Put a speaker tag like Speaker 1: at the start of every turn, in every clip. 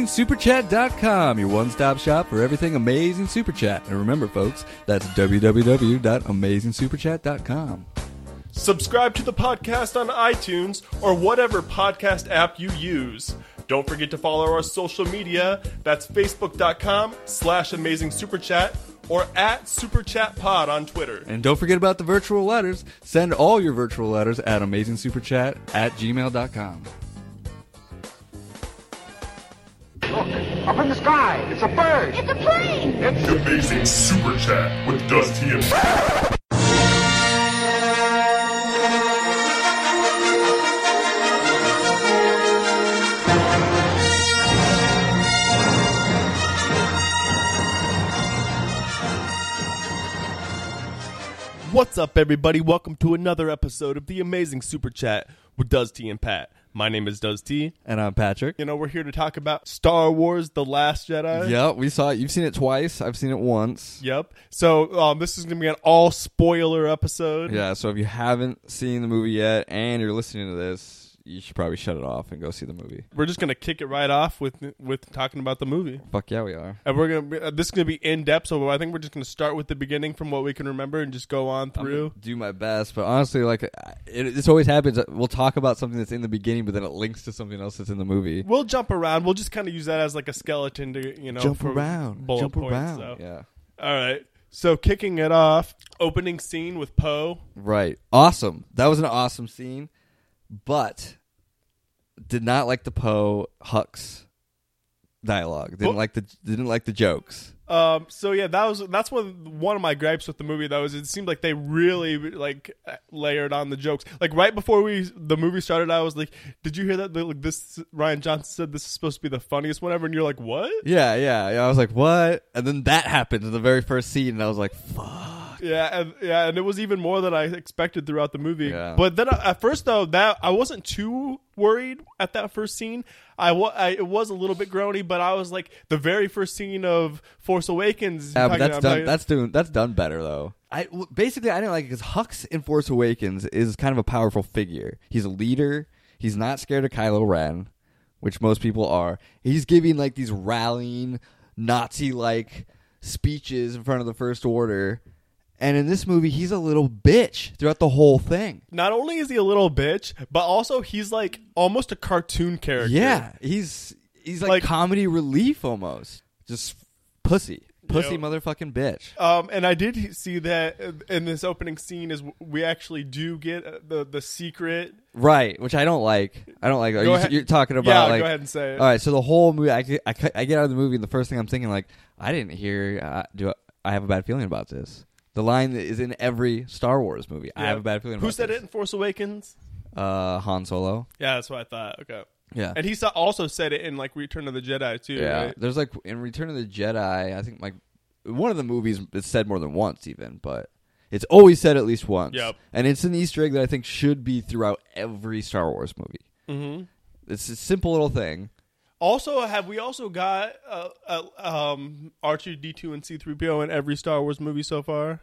Speaker 1: AmazingSuperChat.com, your one stop shop for everything Amazing Super Chat. And remember, folks, that's www.amazingsuperchat.com.
Speaker 2: Subscribe to the podcast on iTunes or whatever podcast app you use. Don't forget to follow our social media. That's facebook.com slash amazing super chat or at super chat pod on Twitter.
Speaker 1: And don't forget about the virtual letters. Send all your virtual letters at amazingsuperchat at gmail.com.
Speaker 3: Look, up in the sky, it's a bird.
Speaker 4: It's a plane.
Speaker 3: It's
Speaker 5: The amazing super chat with Dusty and
Speaker 2: What's up, everybody? Welcome to another episode of the amazing super chat with Does T and Pat. My name is Does T.
Speaker 1: And I'm Patrick.
Speaker 2: You know, we're here to talk about Star Wars The Last Jedi.
Speaker 1: Yeah, we saw it. You've seen it twice. I've seen it once.
Speaker 2: Yep. So um, this is going to be an all spoiler episode.
Speaker 1: Yeah, so if you haven't seen the movie yet and you're listening to this, you should probably shut it off and go see the movie.
Speaker 2: We're just going to kick it right off with with talking about the movie.
Speaker 1: Fuck yeah, we are.
Speaker 2: And we're gonna be, uh, this is gonna be in depth, so I think we're just gonna start with the beginning from what we can remember and just go on through.
Speaker 1: do my best, but honestly, like it, this always happens. We'll talk about something that's in the beginning, but then it links to something else that's in the movie.
Speaker 2: We'll jump around. We'll just kind of use that as like a skeleton to you know for bullet points, so.
Speaker 1: Yeah,
Speaker 2: All right. So kicking it off, opening scene with Poe.
Speaker 1: right. Awesome. That was an awesome scene, but did not like the Poe Hux dialogue. Didn't
Speaker 2: Well-
Speaker 1: like the didn't like the jokes.
Speaker 2: Um, so yeah, that was that's one one of my gripes with the movie. That was it seemed like they really like layered on the jokes. Like right before we the movie started, I was like, "Did you hear that? Like this Ryan Johnson said this is supposed to be the funniest one ever," and you're like, "What?"
Speaker 1: Yeah, yeah, yeah. I was like, what? And then that happened in the very first scene, and I was like, fuck.
Speaker 2: Yeah, and, yeah, and it was even more than I expected throughout the movie.
Speaker 1: Yeah.
Speaker 2: But then uh, at first though, that I wasn't too worried at that first scene. I, wa- I it was a little bit groany, but I was like the very first scene of Force Awakens.
Speaker 1: Yeah, but
Speaker 2: talking-
Speaker 1: that's
Speaker 2: I'm
Speaker 1: done.
Speaker 2: like-
Speaker 1: that's doing. That's done better though. I w- basically I didn't like it because Hux in Force Awakens is kind of a powerful figure. He's a leader. He's not scared of Kylo Ren, which most people are. He's giving like these rallying Nazi like speeches in front of the First Order, and in this movie he's a little bitch throughout the whole thing.
Speaker 2: not only is he a little bitch, but also he's like almost a cartoon character.
Speaker 1: Yeah, he's he's like,
Speaker 2: Like-
Speaker 1: comedy relief almost. Just pussy, pussy
Speaker 2: Yo.
Speaker 1: motherfucking bitch.
Speaker 2: Um, and I did see that in this opening scene is we actually do get uh, the the secret.
Speaker 1: Right, which I don't like. I don't like. Are
Speaker 2: Go
Speaker 1: you,
Speaker 2: ahead.
Speaker 1: You're talking about
Speaker 2: Yeah, go
Speaker 1: like.
Speaker 2: ahead and say it.
Speaker 1: All right, so the whole movie, I, get- I, cut- I get out of the movie, and the first thing I'm thinking, like, I didn't hear. Uh, do I, I have a bad feeling about this? The line that is in every Star Wars movie. I have a bad feeling.
Speaker 2: Who
Speaker 1: about
Speaker 2: said
Speaker 1: this.
Speaker 2: it in Force Awakens?
Speaker 1: Uh, Han Solo.
Speaker 2: Yeah, that's what I thought. Okay.
Speaker 1: Yeah.
Speaker 2: And he saw, also said it in like Return of the Jedi too.
Speaker 1: yeah.
Speaker 2: right?
Speaker 1: There's like in Return of the Jedi. I think like one of the movies it's said more than once, even, but it's always said at least once.
Speaker 2: Yep.
Speaker 1: And it's an Easter egg that I think should be throughout every Star Wars movie. Mm-hmm. It's a simple little thing.
Speaker 2: Also, have we also got uh, uh, um, R2D2 and C3PO in every Star Wars movie so far?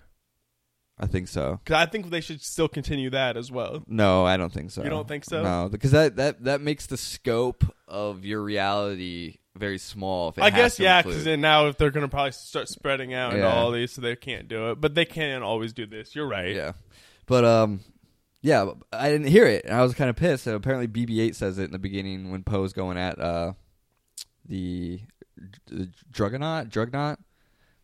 Speaker 1: I think so.
Speaker 2: Because I think they should still continue that as well.
Speaker 1: No, I don't think so.
Speaker 2: You don't think so?
Speaker 1: No, because that that that makes the scope of your reality very small. If it
Speaker 2: I
Speaker 1: has
Speaker 2: guess
Speaker 1: to
Speaker 2: yeah,
Speaker 1: include-
Speaker 2: because now if they're gonna probably start spreading out into
Speaker 1: Yeah.
Speaker 2: all these, so they can't do it. But they can always do this. You're right.
Speaker 1: yeah, but um, yeah, I didn't hear it, and I was kind of pissed. And apparently, BB-8 says it in the beginning when Poe's going at uh the, the Drugnaut. Drugnaut.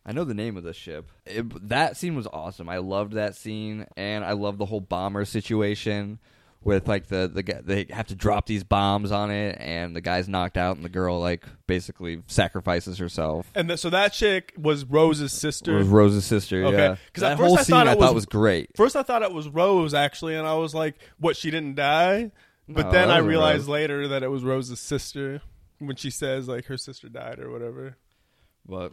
Speaker 1: I know the name of the ship. It, that scene was awesome. I loved that scene, and I loved the whole bomber situation with like the the guy, they have to drop these bombs on it, and the guy's knocked out, and the girl like basically sacrifices herself.
Speaker 2: And th- so that chick was Rose's sister.
Speaker 1: It was Rose's sister.
Speaker 2: Okay.
Speaker 1: Yeah,
Speaker 2: 'Cause at
Speaker 1: that
Speaker 2: first
Speaker 1: whole
Speaker 2: I
Speaker 1: scene
Speaker 2: thought it
Speaker 1: I
Speaker 2: was-
Speaker 1: thought was great.
Speaker 2: First, I thought it was Rose actually, and I was like, "What? She didn't die?" But
Speaker 1: No,
Speaker 2: then
Speaker 1: that
Speaker 2: I
Speaker 1: wasn't
Speaker 2: realized
Speaker 1: Rose.
Speaker 2: later that it was Rose's sister when she says like her sister died or whatever.
Speaker 1: But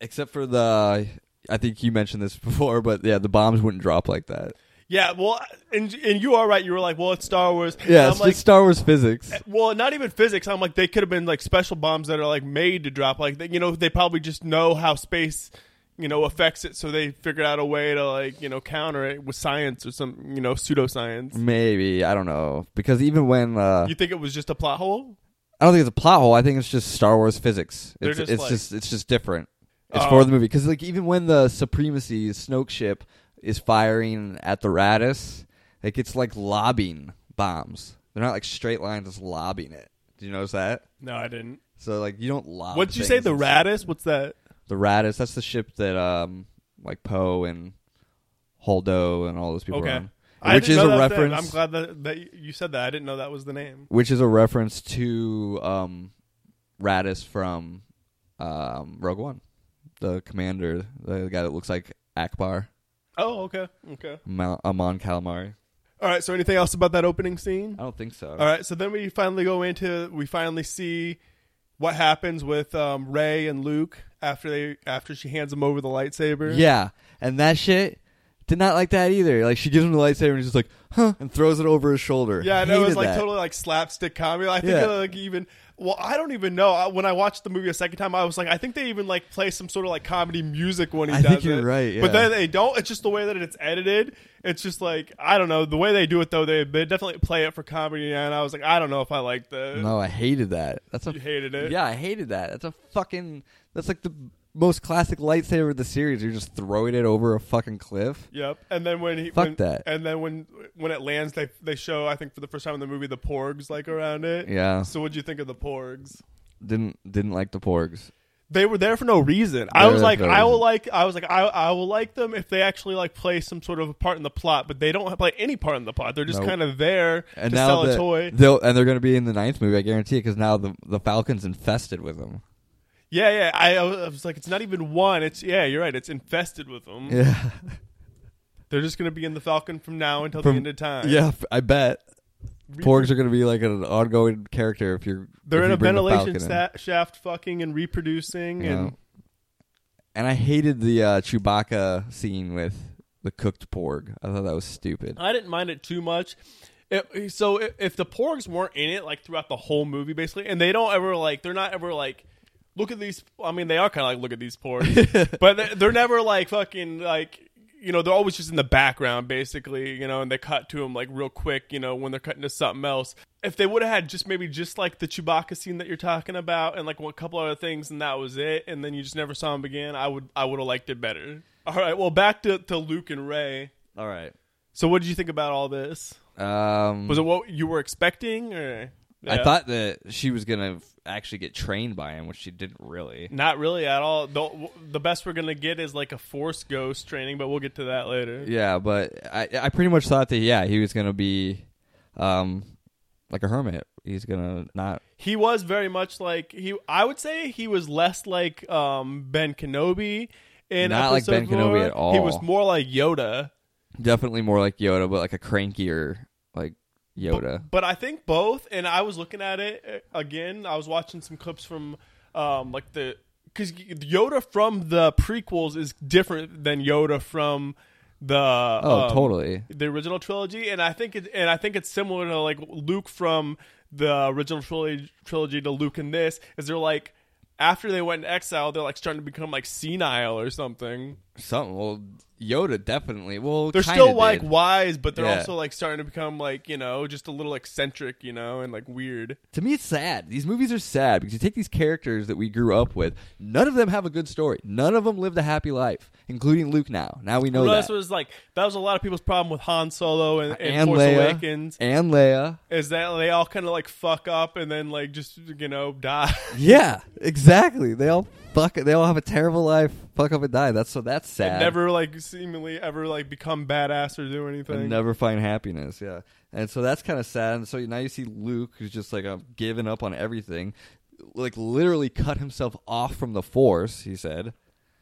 Speaker 1: except for the, I think you mentioned this before, but yeah, the bombs wouldn't drop like that.
Speaker 2: Yeah. Well, and and you are right. You were like, "Well, it's Star Wars." And
Speaker 1: Yeah,
Speaker 2: I'm
Speaker 1: it's
Speaker 2: like, Eh.
Speaker 1: just Star Wars physics.
Speaker 2: Well, not even physics. I'm like, they could have been like special bombs that are like made to drop. Like, they, you know, they probably just know how space, you know, affects it, so they figured out a way to like, you know, counter it with science or some, you know, pseudoscience.
Speaker 1: Maybe I don't know because even when uh,
Speaker 2: You think it was just a plot hole?
Speaker 1: I don't think it's a plot hole. I think it's just Star Wars physics.
Speaker 2: They're
Speaker 1: It's
Speaker 2: just
Speaker 1: it's
Speaker 2: like- Oh.
Speaker 1: just it's just different. It's for the movie because like even when the Supremacy Snoke ship is firing at the Radis, like it's like lobbing bombs. They're not like straight lines. It's lobbing it. Do you notice that?
Speaker 2: No, I didn't.
Speaker 1: So like you don't lob.
Speaker 2: What'd you say?
Speaker 1: things.
Speaker 2: The Radis? What's that?
Speaker 1: The Radis. That's the ship that um like Poe and Holdo and all those people. Are
Speaker 2: Okay.
Speaker 1: on.
Speaker 2: I
Speaker 1: Which
Speaker 2: didn't
Speaker 1: is
Speaker 2: know
Speaker 1: a
Speaker 2: that was the-
Speaker 1: reference.
Speaker 2: I'm glad that, that you said that. I didn't know that was the name.
Speaker 1: which is a reference to um, Radis from um, Rogue One, the commander, the guy that looks like Akbar,
Speaker 2: Oh, okay. Okay.
Speaker 1: Mal- Amon Calamari.
Speaker 2: All right. So, anything else about that opening scene?
Speaker 1: I don't think so.
Speaker 2: All right. So then we finally go into we finally see what happens with um, Ray and Luke after they after she hands him over the lightsaber.
Speaker 1: Yeah, and that shit did not like that either. Like she gives him the lightsaber and he's just like, huh, and throws it over his shoulder.
Speaker 2: Yeah, and it was
Speaker 1: Hated
Speaker 2: like
Speaker 1: that.
Speaker 2: totally like slapstick comedy. I think
Speaker 1: Yeah.
Speaker 2: it, like even well, I don't even know. I, when I watched the movie a second time, I was like, I think they even like play some sort of like comedy music when he
Speaker 1: I
Speaker 2: does
Speaker 1: think you're
Speaker 2: it.
Speaker 1: right, yeah.
Speaker 2: But then they don't. It's just the way that it's edited. It's just like I don't know the way they do it though. They they definitely play it for comedy, and I was like, I don't know if I like the.
Speaker 1: No, I hated that. That's a
Speaker 2: You hated it?
Speaker 1: Yeah, I hated that. That's a fucking. That's like the most classic lightsaber of the series. You're just throwing it over a fucking cliff.
Speaker 2: Yep. And then when he
Speaker 1: Fuck
Speaker 2: when-
Speaker 1: that.
Speaker 2: And then when when it lands, they they show I think for the first time in the movie the porgs like around it.
Speaker 1: Yeah.
Speaker 2: So what'd you think of the porgs?
Speaker 1: Didn't didn't like the porgs.
Speaker 2: They were there for no reason. I
Speaker 1: They were
Speaker 2: was
Speaker 1: there
Speaker 2: like,
Speaker 1: for no
Speaker 2: I will
Speaker 1: reason.
Speaker 2: like, I was like, I I will like them if they actually like play some sort of a part in the plot, but they don't play any part in the plot. They're just
Speaker 1: Nope.
Speaker 2: kind of there
Speaker 1: and
Speaker 2: to
Speaker 1: now
Speaker 2: sell
Speaker 1: the,
Speaker 2: a toy.
Speaker 1: They'll, and they're going to be in the ninth movie, I guarantee it, because now the the Falcon's infested with them.
Speaker 2: yeah, yeah. I, I was like, it's not even one. It's yeah, you're right. It's infested with them.
Speaker 1: Yeah,
Speaker 2: They're just gonna be in the Falcon from now until
Speaker 1: From-
Speaker 2: the end of time.
Speaker 1: yeah, f- I bet. Porgs are going to be like an ongoing character if you're.
Speaker 2: They're
Speaker 1: if
Speaker 2: in
Speaker 1: you
Speaker 2: a
Speaker 1: bring the
Speaker 2: ventilation
Speaker 1: Falcon in.
Speaker 2: sta- shaft, fucking and reproducing,
Speaker 1: Yeah.
Speaker 2: and
Speaker 1: And I hated the uh, Chewbacca scene with the cooked porg. I thought that was stupid.
Speaker 2: I didn't mind it too much. It, so if, if the porgs weren't in it like throughout the whole movie, basically, and they don't ever like, they're not ever like, look at these. I mean, they are kind of like, look at these porgs, but they're, they're never like fucking like. You know, they're always just in the background, basically. You know, and they cut to them like real quick. You know, when they're cutting to something else. If they would have had just maybe just like the Chewbacca scene that you're talking about, and like one couple other things, and that was it, and then you just never saw him again, I would I would have liked it better. All right, well, back to to Luke and Ray.
Speaker 1: All right.
Speaker 2: So what did you think about all this?
Speaker 1: Um,
Speaker 2: Was it what you were expecting or
Speaker 1: I
Speaker 2: Yeah.
Speaker 1: thought that she was going to actually get trained by him, which she didn't really.
Speaker 2: not really at all. The, the best we're going to get is like a force ghost training, but we'll get to that later.
Speaker 1: Yeah, but I I pretty much thought that yeah he was gonna be, um, like a hermit. He's gonna not.
Speaker 2: He was very much like he I would say he was less like um Ben Kenobi in
Speaker 1: Not like
Speaker 2: episode
Speaker 1: Ben Kenobi
Speaker 2: four.
Speaker 1: at
Speaker 2: He
Speaker 1: all.
Speaker 2: was more like Yoda.
Speaker 1: Definitely more like Yoda, but like a crankier like Yoda.
Speaker 2: But I think both, and I was looking at it uh, again. I was watching some clips from, um, like the because Yoda from the prequels is different than Yoda from the
Speaker 1: Oh,
Speaker 2: um,
Speaker 1: totally.
Speaker 2: the original trilogy, and I think it, and I think it's similar to like Luke from the original trilogy, trilogy to Luke in this. Is they're like after they went in exile, they're like starting to become like senile or something.
Speaker 1: Something. Well, Yoda definitely. Well,
Speaker 2: They're
Speaker 1: kinda
Speaker 2: still like
Speaker 1: did.
Speaker 2: wise, but they're
Speaker 1: Yeah.
Speaker 2: also like starting to become like you know just a little eccentric, you know, and like weird.
Speaker 1: to me, it's sad. These movies are sad because you take these characters that we grew up with. None of them have a good story. None of them lived a happy life, including Luke. Now, now we know
Speaker 2: Well,
Speaker 1: that.
Speaker 2: that's what was like. That was a lot of people's problem with Han Solo and, and,
Speaker 1: and
Speaker 2: Force
Speaker 1: Leia,
Speaker 2: Awakens
Speaker 1: and Leia.
Speaker 2: is that they all kind of like fuck up and then like just you know die.
Speaker 1: Yeah, exactly. They all fuck. They all have a terrible life. Fuck up and die. That's so. That's sad.
Speaker 2: And never like seemingly ever like become badass or do anything.
Speaker 1: and never find happiness. Yeah, and so that's kind of sad. And so now you see Luke, who's just like I'm giving up on everything, like literally cut himself off from the Force. He said,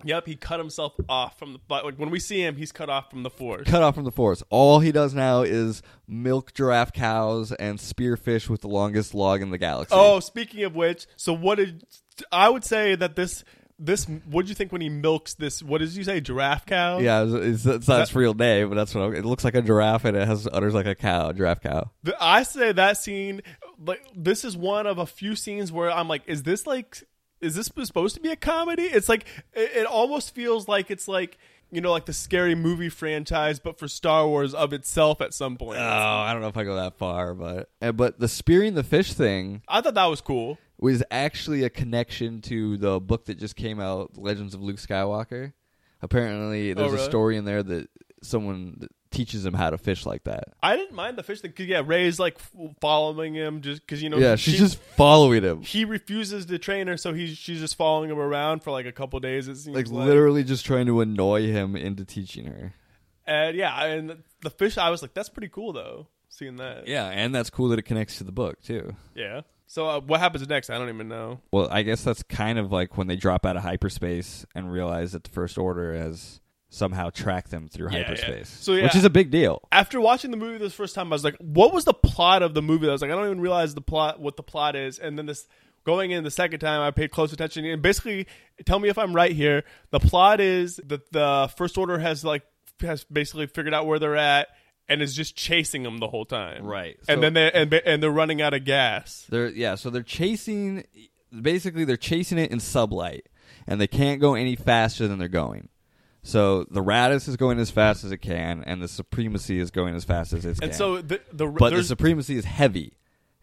Speaker 2: Yep, he cut himself off from the but like when we see him, he's cut off from the force.
Speaker 1: cut off from the Force. All he does now is milk giraffe cows and spearfish with the longest log in the galaxy.
Speaker 2: Oh, speaking of which, so what did I would say that this this what did you think when he milks this? What did you say, giraffe cow?
Speaker 1: Yeah, it's, it's, it's not its real name, but that's what I'm, it looks like a giraffe, and it has utters like a cow, giraffe cow.
Speaker 2: The- I say that scene, like this is one of a few scenes where I'm like, is this like, is this supposed to be a comedy? It's like it, it almost feels like it's like you know, like the scary movie franchise, but for Star Wars of itself at some point.
Speaker 1: Oh, I don't know if I go that far, but uh, but the spearing the fish thing
Speaker 2: I thought that was cool.
Speaker 1: was actually a connection to the book that just came out, Legends of Luke Skywalker. Apparently, there's
Speaker 2: really?
Speaker 1: a story in there that someone that teaches him how to fish like that.
Speaker 2: I didn't mind the fish thing 'cause, yeah, Ray's like f- following him just because you know
Speaker 1: Yeah, she's
Speaker 2: she-
Speaker 1: just following him,
Speaker 2: he refuses to train her, so he's she's just following him around for like a couple days. It seems
Speaker 1: like literally just trying to annoy him into teaching her.
Speaker 2: and yeah, and the fish. I was like, that's pretty cool though, seeing that.
Speaker 1: Yeah, and that's cool that it connects to the book too.
Speaker 2: Yeah. So uh, what happens next? I don't even know.
Speaker 1: Well, I guess that's kind of like when they drop out of hyperspace and realize that the First Order has somehow tracked them through
Speaker 2: Yeah,
Speaker 1: hyperspace,
Speaker 2: yeah. So, yeah.
Speaker 1: which is a big deal.
Speaker 2: After watching the movie this first time, I was like, what was the plot of the movie? I was like, I don't even realize the plot, what the plot is. And then this going in the second time, I paid close attention and basically tell me if I'm right here. The plot is that the First Order has like has basically figured out where they're at and is just chasing them the whole time.
Speaker 1: Right.
Speaker 2: and
Speaker 1: So-
Speaker 2: then they and, and they're running out of gas.
Speaker 1: They're yeah, so they're chasing. Basically, they're chasing it in sublight, and they can't go any faster than they're going. So the Radis is going as fast as it can, and the Supremacy is going as fast as it can.
Speaker 2: And so the the
Speaker 1: but the
Speaker 2: there's-
Speaker 1: Supremacy is heavy,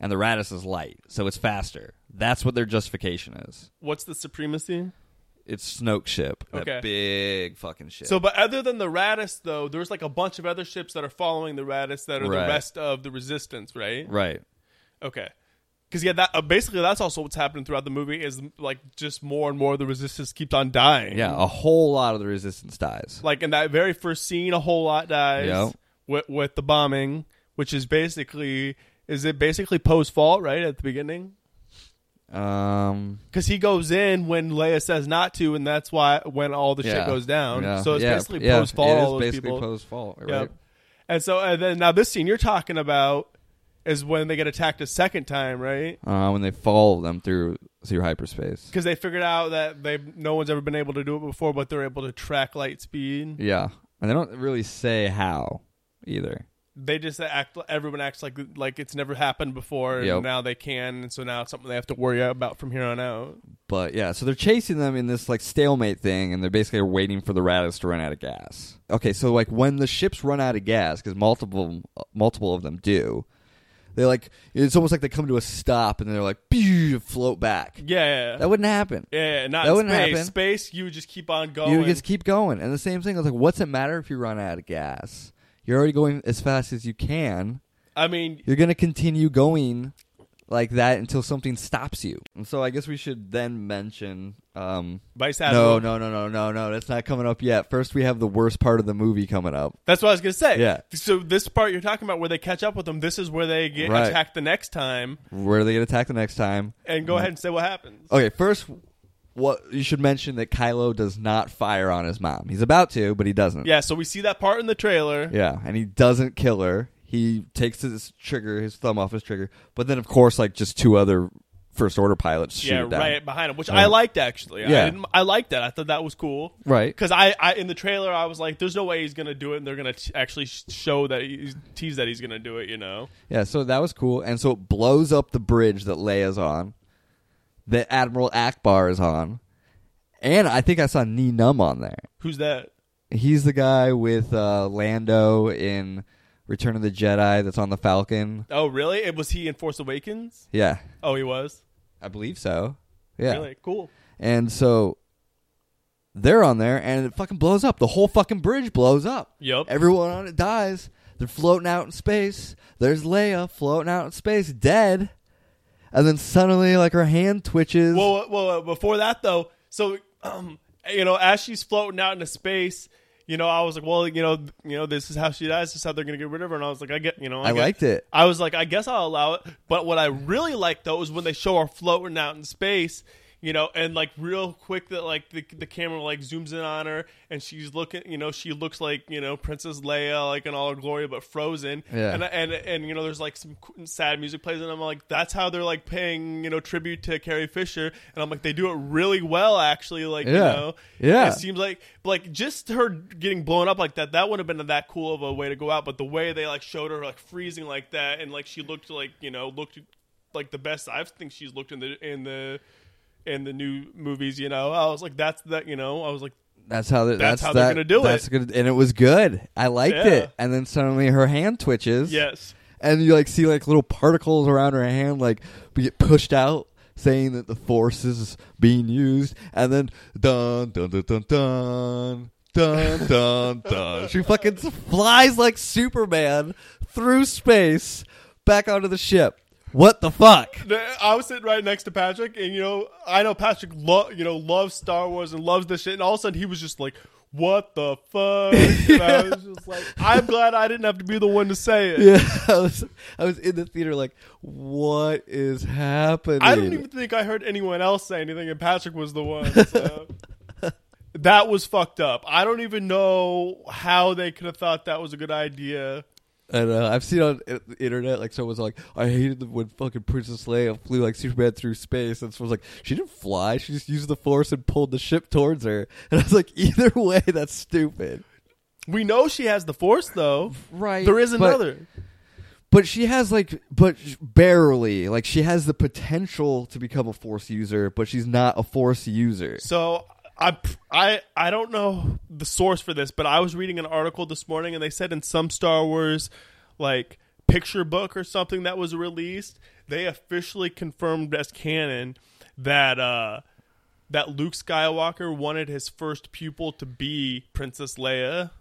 Speaker 1: and the Radis is light, so it's faster. That's what their justification is.
Speaker 2: what's the supremacy?
Speaker 1: It's Snoke's ship, that
Speaker 2: Okay.
Speaker 1: big fucking ship.
Speaker 2: So, but other than the Radis, though, there's like a bunch of other ships that are following the Radis that are the
Speaker 1: Right.
Speaker 2: rest of the Resistance, right?
Speaker 1: right.
Speaker 2: Okay. Because yeah, that uh, basically that's also what's happening throughout the movie is like just more and more of the Resistance keeps on dying.
Speaker 1: Yeah, a whole lot of the resistance dies.
Speaker 2: Like in that very first scene, a whole lot dies
Speaker 1: Yeah.
Speaker 2: with with the bombing, which is basically is it basically Poe's fault, right at the beginning?
Speaker 1: Um,
Speaker 2: Because he goes in when Leia says not to, and that's why when all the
Speaker 1: yeah.
Speaker 2: shit goes down.
Speaker 1: Yeah.
Speaker 2: So it's
Speaker 1: Yeah.
Speaker 2: basically
Speaker 1: Yeah.
Speaker 2: Poe's fault.
Speaker 1: It is
Speaker 2: all those
Speaker 1: basically
Speaker 2: people.
Speaker 1: Poe's fault, right?
Speaker 2: Yep. And so, and then now this scene you're talking about is when they get attacked a second time, right?
Speaker 1: uh, when they follow them through through hyperspace.
Speaker 2: Because they figured out that they no one's ever been able to do it before, but they're able to track light speed.
Speaker 1: Yeah, and they don't really say how either.
Speaker 2: They just act. Everyone acts like like it's never happened before, and
Speaker 1: Yep.
Speaker 2: now they can, and so now it's something they have to worry about from here on out.
Speaker 1: But yeah, so they're chasing them in this like stalemate thing, and they're basically waiting for the Radis to run out of gas. Okay, so like when the ships run out of gas, because multiple multiple of them do, they like it's almost like they come to a stop and they're like "Pew," float back.
Speaker 2: Yeah, yeah,
Speaker 1: That wouldn't happen.
Speaker 2: yeah, yeah, not
Speaker 1: that
Speaker 2: in
Speaker 1: wouldn't
Speaker 2: space.
Speaker 1: happen.
Speaker 2: Space, you just keep on going.
Speaker 1: You just keep going. And the same thing, I was like, what's it matter if you run out of gas? You're already going as fast as you can.
Speaker 2: I mean,
Speaker 1: You're going to continue going like that until something stops you. And so I guess we should then mention. Um,
Speaker 2: Vice
Speaker 1: no,
Speaker 2: Admiral.
Speaker 1: no, no, no, no, no. That's not coming up yet. First, we have the worst part of the movie coming up.
Speaker 2: That's what I was gonna say.
Speaker 1: Yeah.
Speaker 2: So this part you're talking about, where they catch up with them, this is where they get
Speaker 1: Right.
Speaker 2: attacked the next time.
Speaker 1: Where they get attacked the next time.
Speaker 2: And go ahead and say what happens.
Speaker 1: Okay, first, what you should mention that Kylo does not fire on his mom. He's about to, but he doesn't.
Speaker 2: Yeah, so we see that part in the trailer.
Speaker 1: Yeah, and he doesn't kill her. He takes his trigger, his thumb off his trigger, but then of course, like just two other first order pilots shoot
Speaker 2: Yeah,
Speaker 1: it down.
Speaker 2: right behind him, which I liked actually. I,
Speaker 1: Yeah.
Speaker 2: didn't, I liked that. I thought that was cool.
Speaker 1: Right.
Speaker 2: Because I, I, in the trailer, I was like, "There's no way he's gonna do it," and they're gonna t- actually sh- show that he's tease that he's gonna do it. You know.
Speaker 1: Yeah, so that was cool, and so it blows up the bridge that Leia's on, that Admiral Akbar is on, and I think I saw Nee Num on there.
Speaker 2: Who's that?
Speaker 1: He's the guy with uh, Lando in Return of the Jedi that's on the Falcon.
Speaker 2: Oh, really? It was he in Force Awakens?
Speaker 1: Yeah,
Speaker 2: Oh, he was.
Speaker 1: I believe so. Yeah,
Speaker 2: Really cool.
Speaker 1: and so they're on there, and it fucking blows up. The whole fucking bridge blows up.
Speaker 2: Yup.
Speaker 1: Everyone on it dies. They're floating out in space. There's Leia floating out in space, dead. And then suddenly, like her hand twitches.
Speaker 2: Well, well, well, before that though, so um, you know, as she's floating out into space. You know, I was like, well, you know, you know, this is how she dies. This is how they're gonna get rid of her. And I was like, I get, you know,
Speaker 1: I
Speaker 2: get-
Speaker 1: liked it.
Speaker 2: I was like, I guess I'll allow it. But what I really liked though was when they show her floating out in space. You know, and like real quick, that like the, the camera like zooms in on her, and she's looking. You know, she looks like you know Princess Leia, like in all her glory, but frozen.
Speaker 1: Yeah.
Speaker 2: And and and you know, there's like some qu- sad music plays, and I'm like, that's how they're like paying you know tribute to Carrie Fisher, and I'm like, they do it really well, actually. Like, you
Speaker 1: Yeah.
Speaker 2: know,
Speaker 1: Yeah.
Speaker 2: It seems like like just her getting blown up like that, that would not have been that cool of a way to go out. But the way they like showed her like freezing like that, and like she looked like you know looked like the best I think she's looked in the in the in the new movies. You know, I was like, that's that. You know, I was like,
Speaker 1: That's how. They, that's
Speaker 2: That's how they're
Speaker 1: that-
Speaker 2: gonna do it.
Speaker 1: that's Good, and it was good. I liked
Speaker 2: Yeah.
Speaker 1: it. And then suddenly her hand twitches.
Speaker 2: Yes.
Speaker 1: and you like see like little particles around her hand like be- get pushed out saying that the force is being used and then dun dun dun dun dun dun dun dun she fucking flies like superman through space back onto the ship what the fuck
Speaker 2: I was sitting right next to Patrick, and you know, I know Patrick, lo- you know, loves Star Wars and loves this shit, and all of a sudden he was just like, "What the fuck?" And I was just like, "I'm glad I didn't have to be the one to say it."
Speaker 1: yeah i was i was in the theater like what is happening
Speaker 2: I don't even think I heard anyone else say anything, and Patrick was the one. So. that was fucked up. I don't even know how they could have thought that was a good idea.
Speaker 1: And uh, I've seen on i- the internet, like someone's like, I hated the, when fucking Princess Leia flew like Superman through space, and someone's like, she didn't fly, she just used the force and pulled the ship towards her. And I was like, either way, that's stupid.
Speaker 2: We know she has the Force, though.
Speaker 1: Right,
Speaker 2: There is
Speaker 1: but-
Speaker 2: another.
Speaker 1: But she has like, but sh- barely, like she has the potential to become a force user, but she's not a force user.
Speaker 2: So I I I don't know the source for this, but I was reading an article this morning and they said in some Star Wars like picture book or something that was released, they officially confirmed as canon that uh that Luke Skywalker wanted his first pupil to be Princess Leia.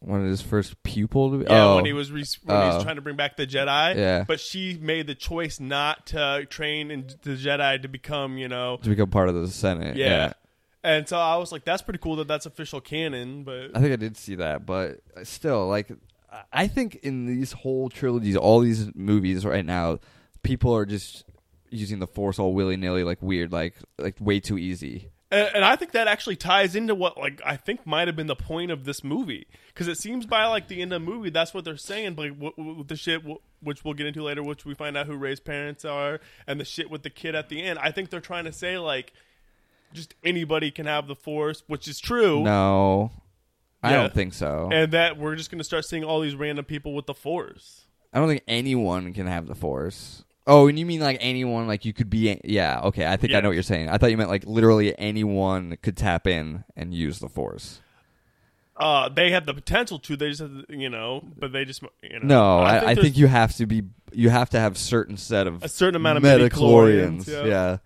Speaker 1: One of his first pupil to be,
Speaker 2: Yeah,
Speaker 1: oh,
Speaker 2: when he was re- when he
Speaker 1: Oh.
Speaker 2: was trying to bring back the Jedi.
Speaker 1: Yeah.
Speaker 2: But she made the choice not to train in the Jedi to become, you know,
Speaker 1: to become part of the Senate.
Speaker 2: yeah. And so I was like, that's pretty cool that that's official canon, but
Speaker 1: I think I did see that, but still, like, I- I think in these whole trilogies, all these movies right now, people are just using the Force all willy nilly, like weird, like like way too easy.
Speaker 2: and, and I think that actually ties into what like I think might have been the point of this movie because it seems by like the end of the movie that's what they're saying, like w- w- the shit w- which we'll get into later, which we find out who Ray's parents are, and the shit with the kid at the end. I think they're trying to say like just anybody can have the Force, which is true.
Speaker 1: No, I
Speaker 2: Yeah.
Speaker 1: don't think so.
Speaker 2: And that we're just going to start seeing all these random people with the force.
Speaker 1: I don't think anyone can have the Force. Oh, and you mean like anyone? Like you could be? Yeah, okay. I think I
Speaker 2: Yeah.
Speaker 1: know what you're saying. I thought you meant like literally anyone could tap in and use the Force.
Speaker 2: Uh, they have the potential to. They just, have, you know, but they just, you know.
Speaker 1: No, I, I, think,
Speaker 2: there's-
Speaker 1: you have to be you have to have certain set of
Speaker 2: A certain amount of midichlorians, yeah.
Speaker 1: yeah.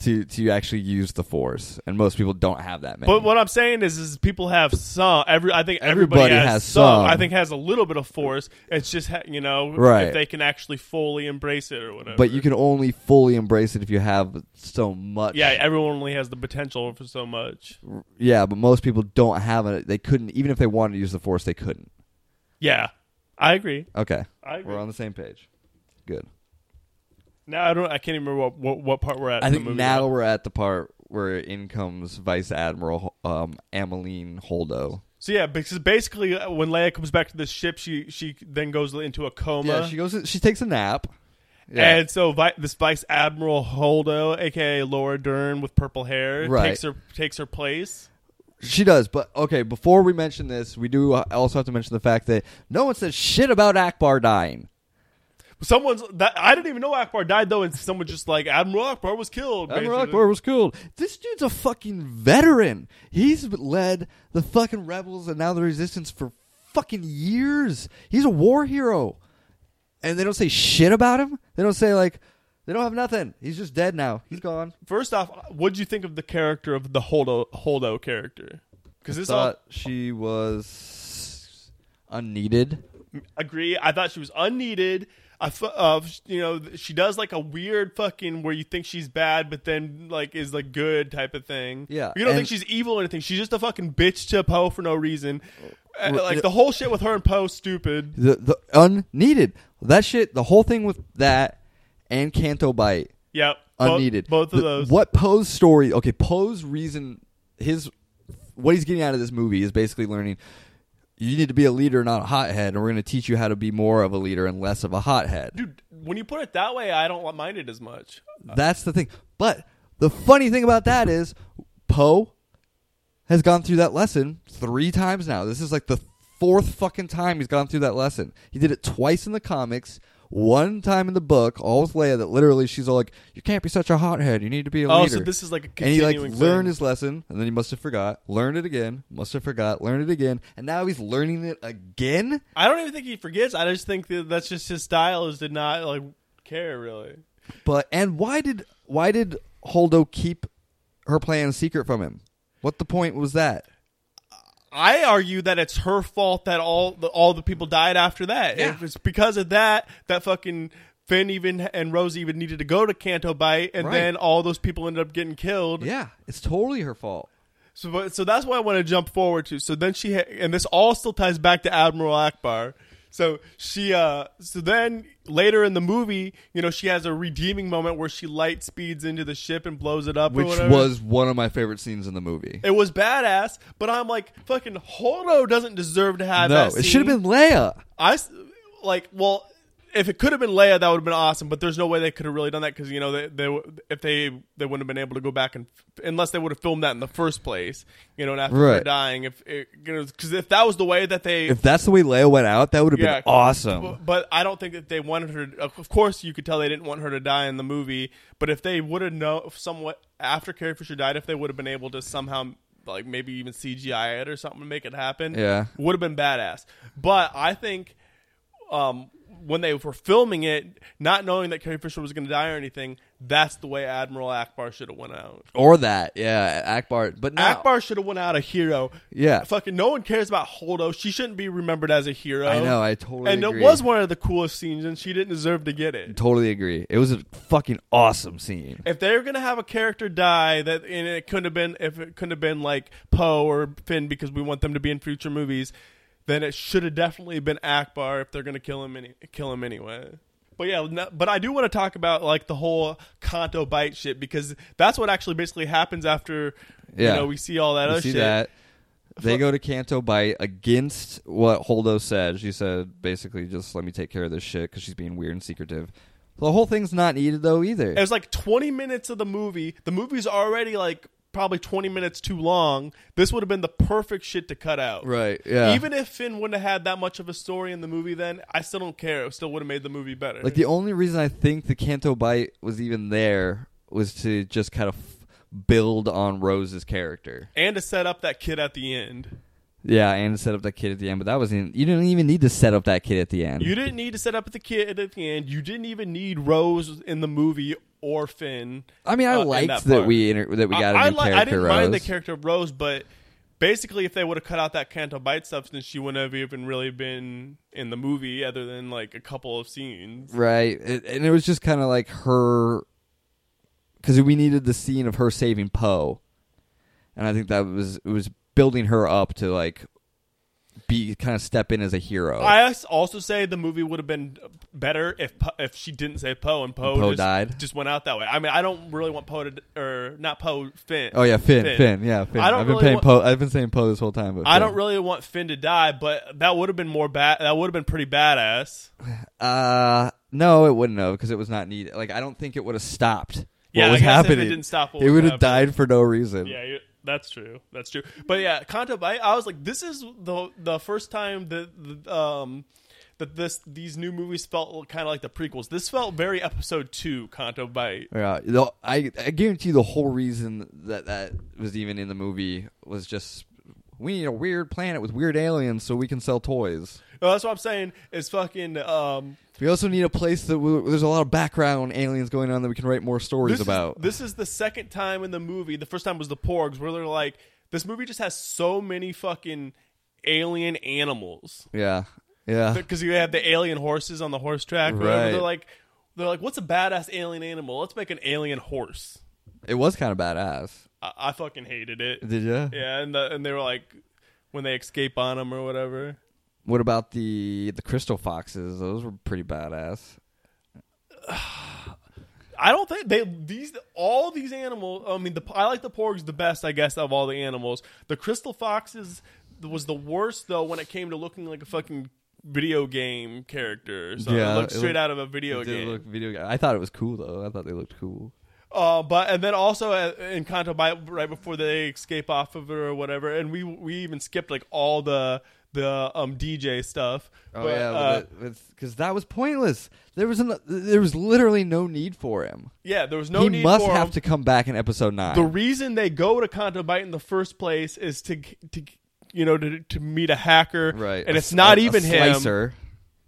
Speaker 1: to to actually use the force, and most people don't have that many.
Speaker 2: But what I'm saying is, is people have some. Every I think everybody,
Speaker 1: Everybody
Speaker 2: has,
Speaker 1: has
Speaker 2: some.
Speaker 1: some.
Speaker 2: I think has a little bit of force. It's just ha- you know, if
Speaker 1: Right.
Speaker 2: they can actually fully embrace it or whatever.
Speaker 1: But you can only fully embrace it if you have so much.
Speaker 2: yeah, everyone only has the potential for so much.
Speaker 1: yeah. But most people don't have it. They couldn't even if they wanted to use the force, they couldn't.
Speaker 2: Yeah, I agree.
Speaker 1: Okay,
Speaker 2: I agree.
Speaker 1: we're on the same page. Good.
Speaker 2: Now I don't. I can't even remember what, what, what part we're at.
Speaker 1: I
Speaker 2: in
Speaker 1: think
Speaker 2: the movie
Speaker 1: now we're at the part where in comes Vice Admiral um, Ameline Holdo.
Speaker 2: So yeah, because basically uh, when Leia comes back to the ship, she she then goes into a coma.
Speaker 1: Yeah, she goes. She takes a nap. Yeah.
Speaker 2: And so Vi- this Vice Admiral Holdo, aka Laura Dern with purple hair,
Speaker 1: Right.
Speaker 2: takes her takes her place.
Speaker 1: She does, but okay. Before we mention this, we do uh, also have to mention the fact that no one says shit about Akbar dying.
Speaker 2: Someone's that I didn't even know Akbar died though, and someone just like Admiral Akbar was killed.
Speaker 1: Admiral
Speaker 2: basically.
Speaker 1: Akbar was killed. This dude's a fucking veteran. He's led the fucking rebels and now the resistance for fucking years. He's a war hero, and they don't say shit about him. They don't say like they don't have nothing. He's just dead now. He's gone.
Speaker 2: First off, what'd you think of the character of the Holdo Holdo character? Because this all
Speaker 1: Thought she was unneeded.
Speaker 2: agree. I thought she was unneeded. I fu- uh, you know she does like a weird fucking where you think she's bad but then like is like good type of thing.
Speaker 1: Yeah,
Speaker 2: you don't think
Speaker 1: and-
Speaker 2: she's evil or anything. She's just a fucking bitch to Poe for no reason. Uh,
Speaker 1: Well,
Speaker 2: like
Speaker 1: yeah.
Speaker 2: the whole shit with her and Poe stupid.
Speaker 1: the, the unneeded that shit the whole thing with that and canto bite
Speaker 2: Yep, Bo-
Speaker 1: unneeded
Speaker 2: Both,
Speaker 1: The-
Speaker 2: of those.
Speaker 1: what poe's story okay poe's reason his what he's getting out of this movie is basically learning you need to be a leader not a hothead and we're going to teach you how to be more of a leader and less of a hothead
Speaker 2: dude? When you put it that way, I don't mind it as much.
Speaker 1: that's the thing but the funny thing about that is poe has gone through that lesson three times now. This is like the fourth fucking time he's gone through that lesson. He did it twice in the comics, one time in the book, all with Leia, that literally she's all like, "You can't be such a hothead. You need to be a
Speaker 2: Oh,
Speaker 1: leader."
Speaker 2: so this is like a
Speaker 1: and he like
Speaker 2: continuing
Speaker 1: learned
Speaker 2: thing.
Speaker 1: his lesson, and then he must have forgot, learned it again, must have forgot, learned it again, and now he's learning it again.
Speaker 2: I don't even think he forgets. I just think that that's just his style is to not like care really.
Speaker 1: But and why did why did Holdo keep her plan secret from him? What the point was that?
Speaker 2: I argue that it's her fault that all the, all the people died after that.
Speaker 1: Yeah.
Speaker 2: It's because of that that fucking Finn even and Rose even needed to go to Canto Bight, and
Speaker 1: Right.
Speaker 2: then all those people ended up getting killed.
Speaker 1: Yeah, it's totally her fault.
Speaker 2: So, but, so that's what I want to jump forward to. So then she ha- and this all still ties back to Admiral Akbar. So she, uh, so then later in the movie, you know, she has a redeeming moment where she light speeds into the ship and blows it up, or
Speaker 1: Which
Speaker 2: whatever.
Speaker 1: was one of my favorite scenes in the movie.
Speaker 2: it was badass. But I'm like, fucking Holdo doesn't deserve to have
Speaker 1: no,
Speaker 2: that.
Speaker 1: it
Speaker 2: scene.
Speaker 1: should have been Leia.
Speaker 2: I s- like well, if it could have been Leia, that would have been awesome. But there's no way they could have really done that because you know they, they w- if they they wouldn't have been able to go back and unless they would have filmed that in the first place, you know, and after
Speaker 1: Right.
Speaker 2: her dying, if because if that was the way that they.
Speaker 1: If that's the way Leia went out, that would have
Speaker 2: yeah,
Speaker 1: been awesome.
Speaker 2: b- But I don't think that they wanted her. To, of course, you could tell they didn't want her to die in the movie. But if they would have known, if somewhat after Carrie Fisher died, if they would have been able to somehow, like maybe even CGI it or something, to make it happen,
Speaker 1: Yeah.
Speaker 2: would have been badass. But I think um, when they were filming it, not knowing that Carrie Fisher was going to die or anything, that's the way Admiral Akbar should have went out.
Speaker 1: or that, yeah, Akbar. But no.
Speaker 2: Akbar should have went out a hero.
Speaker 1: Yeah.
Speaker 2: fucking no one cares about Holdo. She shouldn't be remembered as a hero.
Speaker 1: I know, I totally
Speaker 2: and
Speaker 1: agree.
Speaker 2: it was one of the coolest scenes, and she didn't deserve to get it.
Speaker 1: totally agree. It was a fucking awesome scene.
Speaker 2: If they're gonna have a character die, that and it couldn't have been if it couldn't have been like Poe or Finn because we want them to be in future movies, then it should have definitely been Akbar if they're gonna kill him any, kill him anyway. But yeah, no, but I do want to talk about like the whole Kanto bite shit because that's what actually basically happens after
Speaker 1: Yeah.
Speaker 2: you know we see all that
Speaker 1: You
Speaker 2: other
Speaker 1: see
Speaker 2: Oh, shit.
Speaker 1: that? They go to Canto Bight against what Holdo said. She said basically, just let me take care of this shit because she's being weird and secretive. The whole thing's not needed though either.
Speaker 2: It was like 20 minutes of the movie. The movie's already like probably 20 minutes too long. This would have been the perfect shit to cut out.
Speaker 1: Right, yeah.
Speaker 2: Even if Finn wouldn't have had that much of a story in the movie then, I still don't care. It still would have made the movie better.
Speaker 1: Like the only reason I think the Canto Bite was even there was to just kind of f- build on Rose's character.
Speaker 2: and to set up that kid at the end.
Speaker 1: Yeah, and set up that kid at the end, but that wasn't. You didn't even need to set up that kid at the end.
Speaker 2: You didn't need to set up the kid at the end. You didn't even need Rose in the movie or Finn.
Speaker 1: I mean, I
Speaker 2: uh, in
Speaker 1: liked
Speaker 2: that
Speaker 1: that,
Speaker 2: part.
Speaker 1: we inter- that we got a
Speaker 2: I, I
Speaker 1: new
Speaker 2: like-
Speaker 1: character.
Speaker 2: I didn't
Speaker 1: Rose.
Speaker 2: mind the character of Rose, but basically, if they would have cut out that Canto Bite substance, she wouldn't have even really been in the movie, other than like a couple of scenes.
Speaker 1: right? It, and it was just kind of like her, because we needed the scene of her saving Poe, and I think that was it was building her up to like be kind of step in as a hero.
Speaker 2: I als- also say the movie would have been better if Po- if she didn't say Poe and Poe
Speaker 1: Poe
Speaker 2: just,
Speaker 1: died?
Speaker 2: just went out that way. I mean, I don't really want Poe to d- or not Poe Finn.
Speaker 1: oh yeah, Finn, Finn, yeah, Finn.
Speaker 2: I don't
Speaker 1: I've been
Speaker 2: really
Speaker 1: playing
Speaker 2: want-
Speaker 1: Poe. I've been saying Poe this whole time. But
Speaker 2: I
Speaker 1: Finn.
Speaker 2: don't really want Finn to die, but that would have been more bad. That would have been pretty badass.
Speaker 1: Uh, no, it wouldn't have because it was not needed. Like I don't think it would have stopped. What
Speaker 2: Yeah, I
Speaker 1: was
Speaker 2: guess if it
Speaker 1: happening?
Speaker 2: didn't stop, what
Speaker 1: it
Speaker 2: was
Speaker 1: would have
Speaker 2: happening?
Speaker 1: died for no reason.
Speaker 2: Yeah, you that's true. That's true. But yeah, Kanto Bite, I was like, this is the the first time that the, um that this these new movies felt kind of like the prequels. This felt very episode two Kanto Bite.
Speaker 1: Yeah, the- I I guarantee you the whole reason that that was even in the movie was just we need a weird planet with weird aliens so we can sell toys.
Speaker 2: No, that's what I'm saying. Is fucking um
Speaker 1: We also need a place that w- there's a lot of background aliens going on that we can write more stories
Speaker 2: this is-
Speaker 1: about.
Speaker 2: this is the second time in the movie. The first time was the Porgs, where they're like, this movie just has so many fucking alien animals.
Speaker 1: yeah, yeah,
Speaker 2: because you have the alien horses on the horse track. Right.
Speaker 1: Right.
Speaker 2: They're like, they're like, what's a badass alien animal? Let's make an alien horse.
Speaker 1: it was kind of badass.
Speaker 2: I, I fucking hated it.
Speaker 1: Did you?
Speaker 2: Yeah, and the, and they were like, when they escape on him or whatever.
Speaker 1: What about the the crystal foxes? Those were pretty badass.
Speaker 2: I don't think they these all these animals. I mean, the I like the porgs the best, I guess, of all the animals. The crystal foxes was the worst though when it came to looking like a fucking video game character. So
Speaker 1: Yeah,
Speaker 2: it looked
Speaker 1: it
Speaker 2: straight
Speaker 1: looked-
Speaker 2: out of a video
Speaker 1: It
Speaker 2: game.
Speaker 1: did look video. I thought it was cool though. I thought they looked cool.
Speaker 2: Uh, but and then also uh, in Kanto Bite, right before they escape off of it or whatever, and we we even skipped like all the the um DJ stuff.
Speaker 1: Oh
Speaker 2: But, uh,
Speaker 1: yeah, because that was pointless. There was an, there was literally no need for him.
Speaker 2: yeah. There was no
Speaker 1: he
Speaker 2: need
Speaker 1: must
Speaker 2: for
Speaker 1: have
Speaker 2: him.
Speaker 1: to come back in episode nine.
Speaker 2: The reason they go to Contobite in the first place is to to you know to, to meet a hacker,
Speaker 1: right,
Speaker 2: And
Speaker 1: a-
Speaker 2: it's not
Speaker 1: a- a
Speaker 2: even him.
Speaker 1: slicer.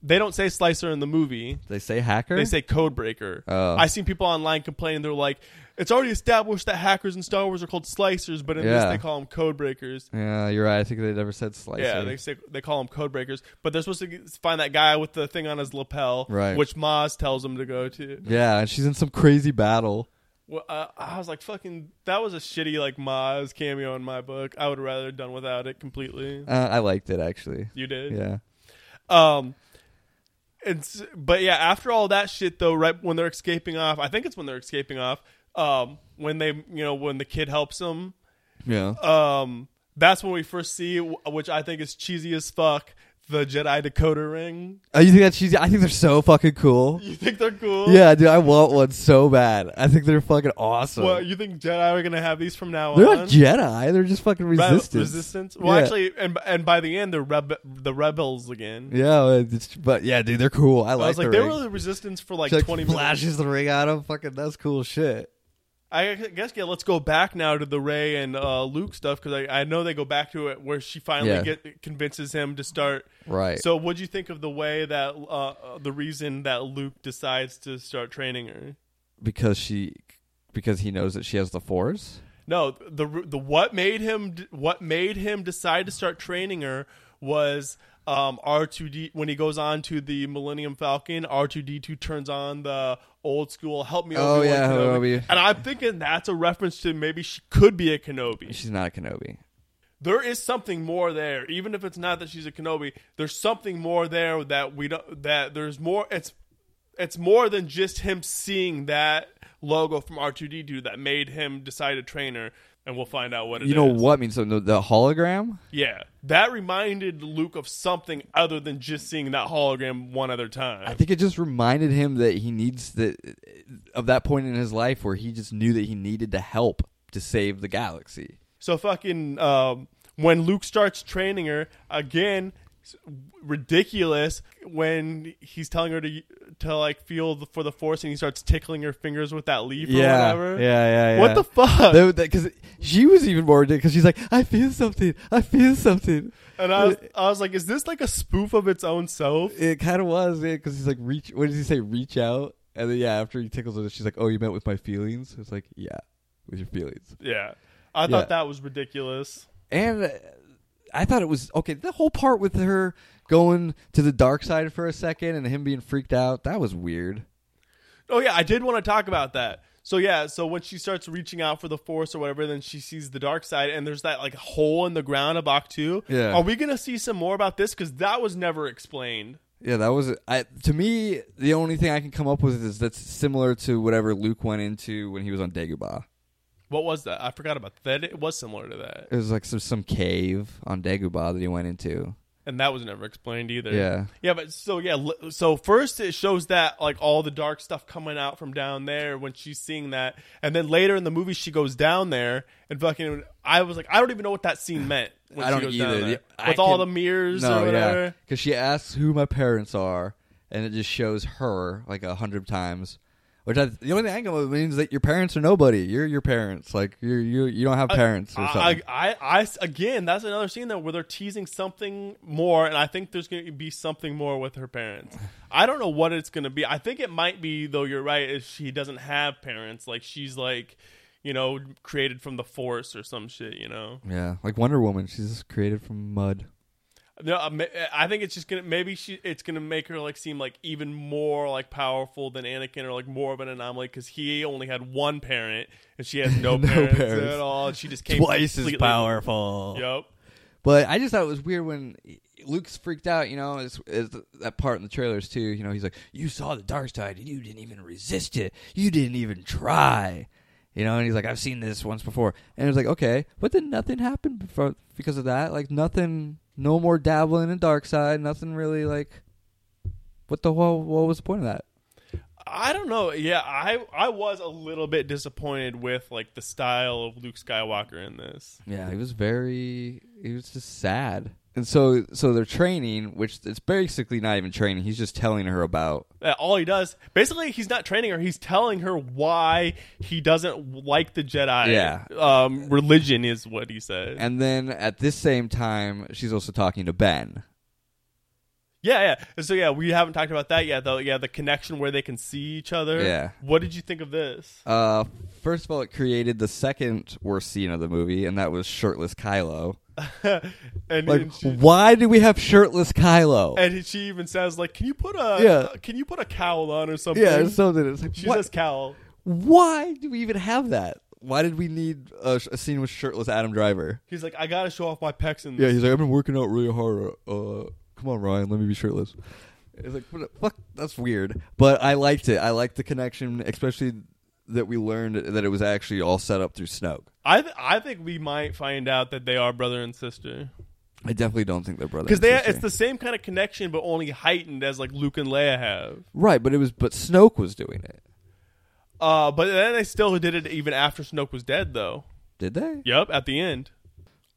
Speaker 2: They don't say Slicer in the movie.
Speaker 1: They say hacker.
Speaker 2: They say Codebreaker.
Speaker 1: Oh.
Speaker 2: I've seen people online complaining. They're like, it's already established that hackers in Star Wars are called Slicers, but in this
Speaker 1: Yeah.
Speaker 2: they call them Codebreakers.
Speaker 1: Yeah, you're right. I think they never said slicer.
Speaker 2: Yeah, they say, they call them code breakers, but they're supposed to g- find that guy with the thing on his lapel,
Speaker 1: Right.
Speaker 2: Which Maz tells them to go to.
Speaker 1: yeah, and she's in some crazy battle.
Speaker 2: Well, uh, I was like, "Fucking, that was a shitty like Maz cameo in my book. I would have rather done without it completely."
Speaker 1: Uh, I liked it actually.
Speaker 2: You did,
Speaker 1: Yeah.
Speaker 2: Um, it's but yeah. After all that shit, though, right when they're escaping off, I think it's when they're escaping off. Um, when they, you know, when the kid helps them,
Speaker 1: Yeah.
Speaker 2: um, that's when we first see, wh- which I think is cheesy as fuck, the Jedi decoder ring.
Speaker 1: Oh, you think that's cheesy? I think they're so fucking cool.
Speaker 2: You think they're cool?
Speaker 1: Yeah, dude, I want one so bad. I think they're fucking awesome.
Speaker 2: Well, you think Jedi are gonna have these from now
Speaker 1: they're
Speaker 2: on?
Speaker 1: not Jedi. They're just fucking
Speaker 2: Re-
Speaker 1: resistance.
Speaker 2: resistance. Well,
Speaker 1: Yeah.
Speaker 2: actually, and and by the end, they're rebe- the rebels again.
Speaker 1: Yeah, it's, but yeah, dude, they're cool. I,
Speaker 2: I
Speaker 1: like
Speaker 2: was like,
Speaker 1: the
Speaker 2: they
Speaker 1: ring.
Speaker 2: were the resistance for like
Speaker 1: She, like,
Speaker 2: twenty minutes.
Speaker 1: flashes the ring at him. Fucking, that's cool shit.
Speaker 2: I guess yeah. Let's go back now to the Ray and uh, Luke stuff because I, I know they go back to it where she finally
Speaker 1: Yeah.
Speaker 2: get convinces him to start.
Speaker 1: Right.
Speaker 2: So, what'd you think of the way that uh, uh, the reason that Luke decides to start training her?
Speaker 1: Because she, because he knows that she has the force.
Speaker 2: No, the the what made him d- what made him decide to start training her was um, R two D when he goes on to the Millennium Falcon. R two D two turns on the old school "Help me,
Speaker 1: Oh,
Speaker 2: Obi-Wan
Speaker 1: yeah,
Speaker 2: Kenobi.
Speaker 1: Kenobi.
Speaker 2: and I'm thinking that's a reference to maybe she could be a Kenobi.
Speaker 1: She's not a Kenobi.
Speaker 2: There is something more there, even if it's not that she's a Kenobi. There's something more there that we don't that there's more. It's it's more than just him seeing that logo from R two D two that made him decide to train her. And we'll find out what it is.
Speaker 1: You know what? I mean, so the, the hologram.
Speaker 2: Yeah, that reminded Luke of something other than just seeing that hologram one other time.
Speaker 1: I think it just reminded him that he needs that of that point in his life where he just knew that he needed to help to save the galaxy.
Speaker 2: so fucking um, when Luke starts training her again, s- ridiculous when he's telling her to to like feel the, for the force and he starts tickling her fingers with that leaf or whatever.
Speaker 1: yeah, yeah.
Speaker 2: What the fuck?
Speaker 1: Because she was even more because she's like, I feel something. I feel something.
Speaker 2: and I was, I was like, is this like a spoof of its own self?
Speaker 1: It kind of was, yeah, because he's like, reach. What does he say? Reach out, and then yeah, after he tickles her, she's like, "Oh, you meant with my feelings." It's like, yeah, with your feelings.
Speaker 2: Yeah, I
Speaker 1: Yeah.
Speaker 2: thought that was ridiculous.
Speaker 1: And uh, I thought it was okay. The whole part with her going to the dark side for a second and him being freaked out—that was weird.
Speaker 2: Oh yeah, I did want to talk about that. So yeah, so when she starts reaching out for the force or whatever, then she sees the dark side, and there's that like hole in the ground of Octu.
Speaker 1: Yeah.
Speaker 2: Are we gonna see some more about this? Because that was never explained.
Speaker 1: Yeah, that was. I to me, the only thing I can come up with is that's similar to whatever Luke went into when he was on Dagobah.
Speaker 2: What was that? I forgot about that. It was similar to that,
Speaker 1: It was like some some cave on Dagobah that he went into.
Speaker 2: and that was never explained either.
Speaker 1: Yeah.
Speaker 2: Yeah, but so yeah, l- so first it shows that like all the dark stuff coming out from down there when she's seeing that, and then later in the movie she goes down there and fucking. I was like, I don't even know what that scene meant. When
Speaker 1: I don't
Speaker 2: she goes
Speaker 1: either.
Speaker 2: Down there,
Speaker 1: I
Speaker 2: with all
Speaker 1: can-
Speaker 2: the mirrors or whatever.
Speaker 1: because she asks who my parents are, and it just shows her like a hundred times. Which I, the only thing I can it means that your parents are nobody. You're your parents. Like you, you, you don't have parents or
Speaker 2: I,
Speaker 1: something.
Speaker 2: I, I- I- again, that's another scene though where they're teasing something more, and I think there's going to be something more with her parents. I don't know what it's going to be. I think it might be though. You're right. If she doesn't have parents, like she's like, you know, created from the force or some shit. You know,
Speaker 1: yeah, like Wonder Woman. She's just created from mud.
Speaker 2: no, I ma- I think it's just gonna maybe she it's gonna make her like seem like even more like powerful than Anakin or like more of an anomaly because he only had one parent and she has no,
Speaker 1: No
Speaker 2: parents,
Speaker 1: parents.
Speaker 2: at all. She just came completely-
Speaker 1: powerful.
Speaker 2: Yep.
Speaker 1: But I just thought it was weird when Luke's freaked out. You know, it's, it's that part in the trailers too. You know, he's like, "You saw the dark side, and you didn't even resist it. You didn't even try." You know, and he's like, "I've seen this once before," and it's like, "Okay, but then nothing happened before, because of that. Like nothing, no more dabbling in dark side. Nothing really like. What the whole? What was the point of that?
Speaker 2: I don't know. Yeah, I I was a little bit disappointed with like the style of Luke Skywalker in this.
Speaker 1: Yeah, he was very. He was just sad. and so so they're training, which it's basically not even training. He's just telling her about
Speaker 2: Uh, all he does, basically, he's not training her. He's telling her why he doesn't like the Jedi.
Speaker 1: Yeah.
Speaker 2: Um, religion is what he says.
Speaker 1: And then at this same time, she's also talking to Ben.
Speaker 2: yeah, yeah. And So yeah, we haven't talked about that yet, though. Yeah, the connection where they can see each other.
Speaker 1: Yeah.
Speaker 2: What did you think of this?
Speaker 1: Uh, first of all, it created the second worst scene of the movie, and that was shirtless Kylo.
Speaker 2: and,
Speaker 1: Like,
Speaker 2: and she,
Speaker 1: why do we have shirtless Kylo?
Speaker 2: and she even says like, "Can you put a
Speaker 1: Yeah.
Speaker 2: Can you put a cowl on or something?"
Speaker 1: Yeah, it's something. It's like,
Speaker 2: She
Speaker 1: what?
Speaker 2: says cowl.
Speaker 1: why do we even have that? Why did we need a, sh- a scene with shirtless Adam Driver?
Speaker 2: He's like, "I gotta show off my pecs in
Speaker 1: Yeah,
Speaker 2: this."
Speaker 1: he's like, I've been working out really hard. Uh, come on, Ryan, let me be shirtless. It's like, what the fuck, that's weird. But I liked it. I liked the connection, especially that we learned that it was actually all set up through Snoke.
Speaker 2: I th- I think we might find out that they are brother and sister.
Speaker 1: I definitely don't think they're brothers.
Speaker 2: Because they
Speaker 1: and
Speaker 2: it's
Speaker 1: sister.
Speaker 2: the same kind of connection, but only heightened as like Luke and Leia have.
Speaker 1: right, but it was but Snoke was doing it.
Speaker 2: Uh, but then they still did it even after Snoke was dead, though.
Speaker 1: Did they?
Speaker 2: Yep, at the end.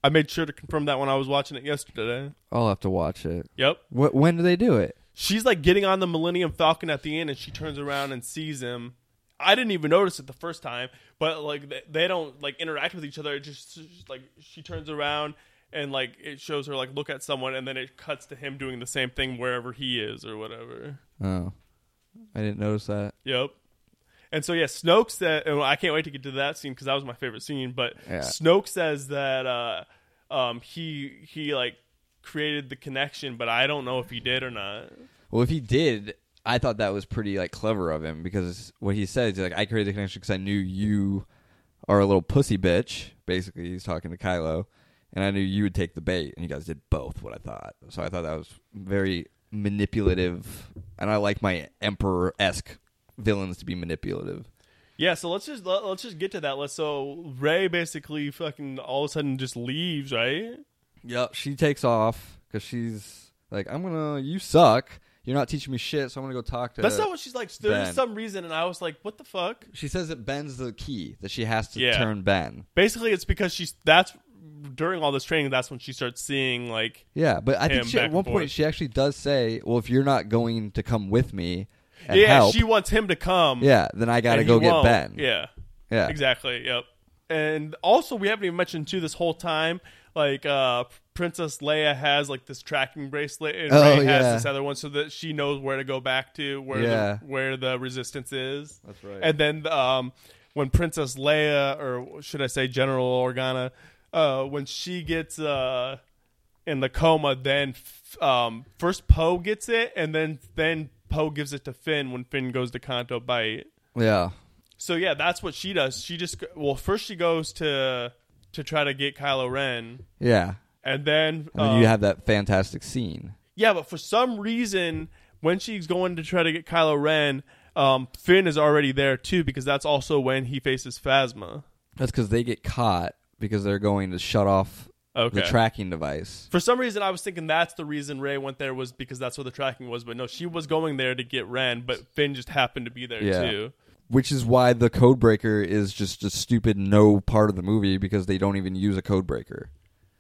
Speaker 2: I made sure to confirm that when I was watching it yesterday.
Speaker 1: I'll have to watch it.
Speaker 2: Yep.
Speaker 1: What? When do they do it?
Speaker 2: She's like getting on the Millennium Falcon at the end, and she turns around and sees him. I didn't even notice it the first time, but like they, they don't like interact with each other. It just, just, like she turns around and like it shows her like look at someone, and then it cuts to him doing the same thing wherever he is or whatever.
Speaker 1: Oh, I didn't notice that.
Speaker 2: Yep. And so yeah, Snoke said, and I can't wait to get to that scene because that was my favorite scene. But
Speaker 1: Yeah.
Speaker 2: Snoke says that uh, um, he he like created the connection, but I don't know if he did or not.
Speaker 1: Well, if he did, I thought that was pretty like clever of him because what he says, he's like, I created the connection because I knew you are a little pussy bitch. Basically, he's talking to Kylo, and I knew you would take the bait, and you guys did both. What I thought, so I thought that was very manipulative, and I like my emperor esque villains to be manipulative.
Speaker 2: Yeah. So let's just let, let's just get to that. Let's so Ray basically fucking all of a sudden just leaves, right?
Speaker 1: Yep, she takes off because she's like, I'm gonna, you suck. You're not teaching me shit, so I'm gonna go talk to.
Speaker 2: That's not what she's like. There's
Speaker 1: Uh, Ben.
Speaker 2: some reason, and I was like, what the fuck?
Speaker 1: she says that Ben's the key that she has to
Speaker 2: Yeah.
Speaker 1: turn Ben.
Speaker 2: Basically, it's because she's that's during all this training. That's when she starts seeing like
Speaker 1: Yeah, but I
Speaker 2: him
Speaker 1: think she,
Speaker 2: back
Speaker 1: at
Speaker 2: and
Speaker 1: one
Speaker 2: forth.
Speaker 1: point she actually does say, "Well, if you're not going to come with me and
Speaker 2: yeah,
Speaker 1: help,
Speaker 2: she wants him to come.
Speaker 1: yeah, then I got to
Speaker 2: and
Speaker 1: go
Speaker 2: he
Speaker 1: get
Speaker 2: won't.
Speaker 1: Ben."
Speaker 2: Yeah.
Speaker 1: Yeah.
Speaker 2: Exactly. Yep. And also, we haven't even mentioned too this whole time, like uh Princess Leia has like this tracking bracelet, and
Speaker 1: Oh,
Speaker 2: Ray has
Speaker 1: yeah.
Speaker 2: this other one, so that she knows where to go back to, where
Speaker 1: Yeah.
Speaker 2: the, where the Resistance is.
Speaker 1: That's right.
Speaker 2: And then um, when Princess Leia, or should I say General Organa, uh, when she gets uh in the coma, then f- um first Poe gets it, and then then Poe gives it to Finn when Finn goes to Kanto Bite.
Speaker 1: yeah,
Speaker 2: So yeah, that's what she does. She just well, first she goes to to try to get Kylo Ren,
Speaker 1: yeah.
Speaker 2: and then,
Speaker 1: And then
Speaker 2: um,
Speaker 1: you have that fantastic scene.
Speaker 2: yeah. But for some reason, when she's going to try to get Kylo Ren, um, Finn is already there too because that's also when he faces Phasma.
Speaker 1: That's because they get caught because they're going to shut off
Speaker 2: Okay.
Speaker 1: the tracking device.
Speaker 2: For some reason, I was thinking that's the reason Ray went there was because that's where the tracking was. But no, she was going there to get Ren, but Finn just happened to be there
Speaker 1: Yeah.
Speaker 2: too.
Speaker 1: Which is why the codebreaker is just a stupid no part of the movie because they don't even use a codebreaker.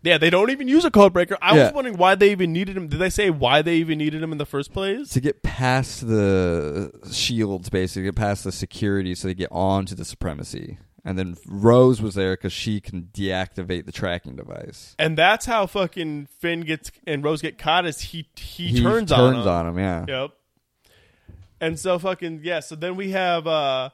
Speaker 2: Yeah, they don't even use a code breaker. I
Speaker 1: Yeah.
Speaker 2: was wondering why they even needed him. Did they say why they even needed him in the first place?
Speaker 1: to get past the shields, basically, get past the security, so they get on to the supremacy. And then Rose was there because she can deactivate the tracking device.
Speaker 2: And that's how fucking Finn gets and Rose get caught is he he,
Speaker 1: He
Speaker 2: turns, on
Speaker 1: turns
Speaker 2: him.
Speaker 1: on him, yeah.
Speaker 2: Yep. And so fucking yeah. So then we have uh,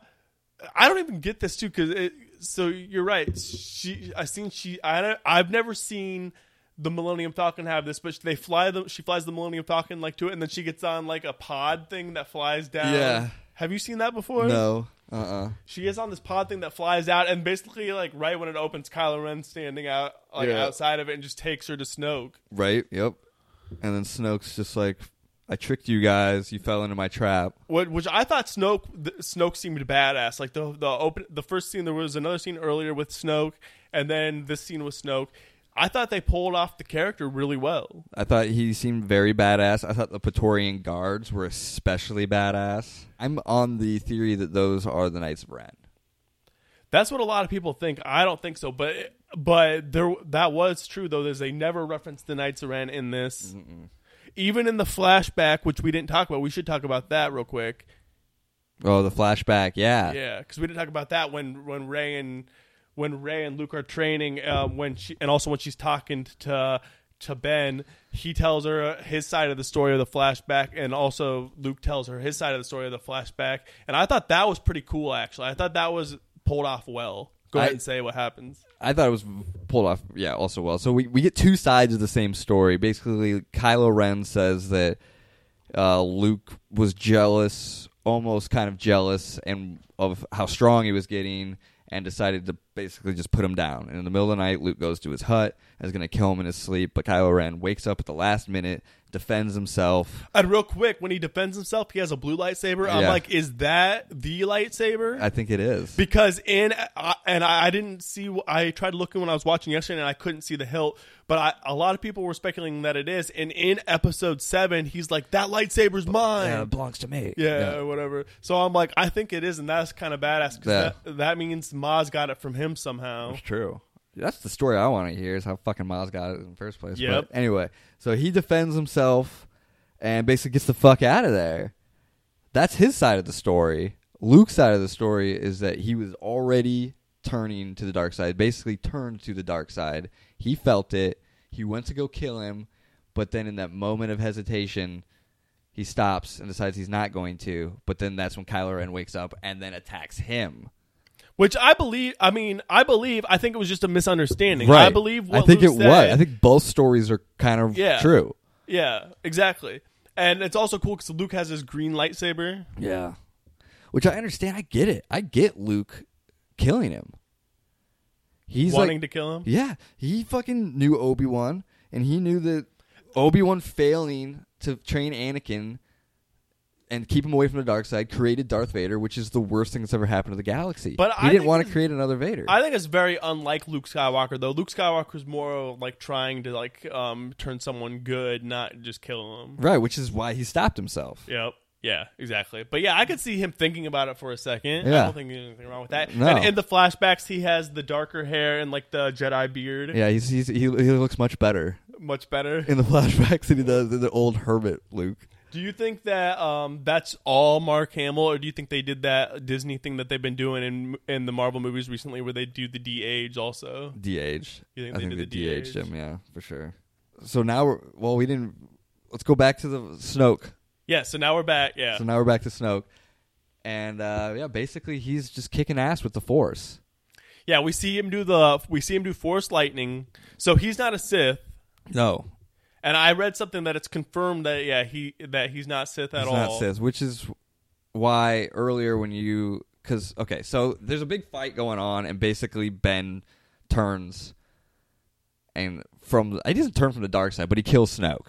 Speaker 2: I don't even get this too because so you're right. She I seen she I don't, I've never seen the Millennium Falcon have this, but they fly the she flies the Millennium Falcon like to it, and then she gets on like a pod thing that flies down.
Speaker 1: Yeah.
Speaker 2: Have you seen that before?
Speaker 1: No, uh, uh
Speaker 2: She gets on this pod thing that flies out, and basically, like right when it opens, Kylo Ren's standing out like
Speaker 1: Yeah.
Speaker 2: outside of it, and just takes her to Snoke.
Speaker 1: right, yep. And then Snoke's just like, "I tricked you guys. You fell into my trap."
Speaker 2: What, which I thought Snoke th- Snoke seemed badass. Like the the open the first scene, there was another scene earlier with Snoke, and then this scene with Snoke. I thought they pulled off the character really well.
Speaker 1: I thought he seemed very badass. I thought the Praetorian guards were especially badass. I'm on the theory that those are the Knights of Ren.
Speaker 2: That's what a lot of people think. I don't think so, but but there that was true though. Is they never referenced the Knights of Ren in this, even in the flashback, which we didn't talk about. We should talk about that real quick.
Speaker 1: Oh, the flashback. Yeah.
Speaker 2: Yeah, because we didn't talk about that when when Ray and when Ray and Luke are training. Um, when she and also when she's talking to to Ben, he tells her uh, his side of the story of the flashback, and also Luke tells her his side of the story of the flashback. And I thought that was pretty cool. Actually, I thought that was pulled off well. Go ahead
Speaker 1: I-
Speaker 2: and say what happens.
Speaker 1: I thought it was pulled off. Yeah, also well. So we, we get two sides of the same story. Basically, Kylo Ren says that uh, Luke was jealous, almost kind of jealous, and of how strong he was getting, and decided to basically just put him down. And in the middle of the night, Luke goes to his hut and is going to kill him in his sleep. But Kylo Ren wakes up at the last minute, defends himself.
Speaker 2: And real quick, when he defends himself, he has a blue lightsaber. I'm
Speaker 1: Yeah.
Speaker 2: like, is that the lightsaber?
Speaker 1: I think it is.
Speaker 2: because in I and I I didn't see. I tried looking when I was watching yesterday, and I couldn't see the hilt. But I, a lot of people were speculating that it is. And in episode seven, he's like, "That lightsaber's mine."
Speaker 1: Yeah, it belongs to me.
Speaker 2: Yeah, or whatever. So I'm like, I think it is, and that's kind of badass because
Speaker 1: Yeah.
Speaker 2: that, that means Maz got it from him somehow.
Speaker 1: true. That's the story I want to hear is how fucking Miles got it in the first place.
Speaker 2: Yep.
Speaker 1: But anyway, so he defends himself and basically gets the fuck out of there. That's his side of the story. Luke's side of the story is that he was already turning to the dark side, basically turned to the dark side. He felt it. He went to go kill him, but then in that moment of hesitation, he stops and decides he's not going to. But then that's when Kylo Ren wakes up and then attacks him.
Speaker 2: Which I believe. I mean, I believe. I think it was just a misunderstanding. I believe. What
Speaker 1: I think
Speaker 2: Luke
Speaker 1: it
Speaker 2: said,
Speaker 1: was. I think both stories are kind of
Speaker 2: Yeah.
Speaker 1: true.
Speaker 2: Yeah, exactly. And it's also cool because Luke has his green lightsaber.
Speaker 1: Yeah. Which I understand. I get it. I get Luke killing him. He's
Speaker 2: wanting
Speaker 1: like,
Speaker 2: to kill him.
Speaker 1: yeah. He fucking knew Obi Wan, and he knew that Obi Wan failing to train Anakin and keep him away from the dark side created Darth Vader, which is the worst thing that's ever happened to the galaxy.
Speaker 2: But
Speaker 1: he
Speaker 2: I
Speaker 1: didn't
Speaker 2: think
Speaker 1: want to
Speaker 2: this-
Speaker 1: create another Vader.
Speaker 2: I think it's very unlike Luke Skywalker though. Luke Skywalker's more like trying to like um turn someone good, not just kill them.
Speaker 1: right, which is why he stopped himself.
Speaker 2: Yep. Yeah, exactly. But yeah, I could see him thinking about it for a second. I
Speaker 1: Yeah.
Speaker 2: don't think there's anything wrong with that.
Speaker 1: No.
Speaker 2: And in the flashbacks, he has the darker hair and like the Jedi beard.
Speaker 1: Yeah, he's, he's he, he looks much better
Speaker 2: Much better.
Speaker 1: in the flashbacks than he does in the old hermit Luke.
Speaker 2: Do you think that um, that's all Mark Hamill, or do you think they did that Disney thing that they've been doing in in the Marvel movies recently, where they do the de age also?
Speaker 1: de-aged.
Speaker 2: You think
Speaker 1: I
Speaker 2: they
Speaker 1: think
Speaker 2: did
Speaker 1: they
Speaker 2: the
Speaker 1: de-aged
Speaker 2: de-age?
Speaker 1: him, yeah, for sure. So now we're well, we didn't. Let's go back to the Snoke.
Speaker 2: Yeah. So now we're back. Yeah.
Speaker 1: So now we're back to Snoke, and uh, yeah, basically he's just kicking ass with the Force.
Speaker 2: Yeah, we see him do the we see him do force lightning. So he's not a Sith,
Speaker 1: No,
Speaker 2: and I read something that it's confirmed that yeah he that he's not Sith at
Speaker 1: he's
Speaker 2: all.
Speaker 1: not Sith, which is why earlier when you because okay, so there's a big fight going on, and basically Ben turns. And from he doesn't turn from the dark side, but he kills Snoke.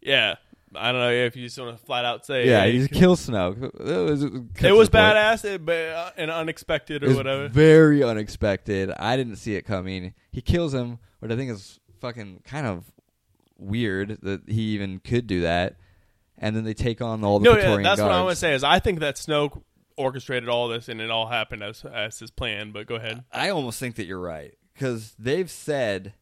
Speaker 2: Yeah, I don't know if you just want to flat out say
Speaker 1: Yeah,
Speaker 2: hey,
Speaker 1: he kills Snoke. It was,
Speaker 2: it was badass it, but, uh, and unexpected or
Speaker 1: It's
Speaker 2: whatever.
Speaker 1: Very unexpected. I didn't see it coming. He kills him, which I think is fucking kind of weird that he even could do that. And then they take on all the
Speaker 2: No, yeah,
Speaker 1: Praetorian
Speaker 2: that's what I want to
Speaker 1: guards.
Speaker 2: say is I think that Snoke orchestrated all this and it all happened as as his plan. But go ahead.
Speaker 1: I almost think that you're right because they've said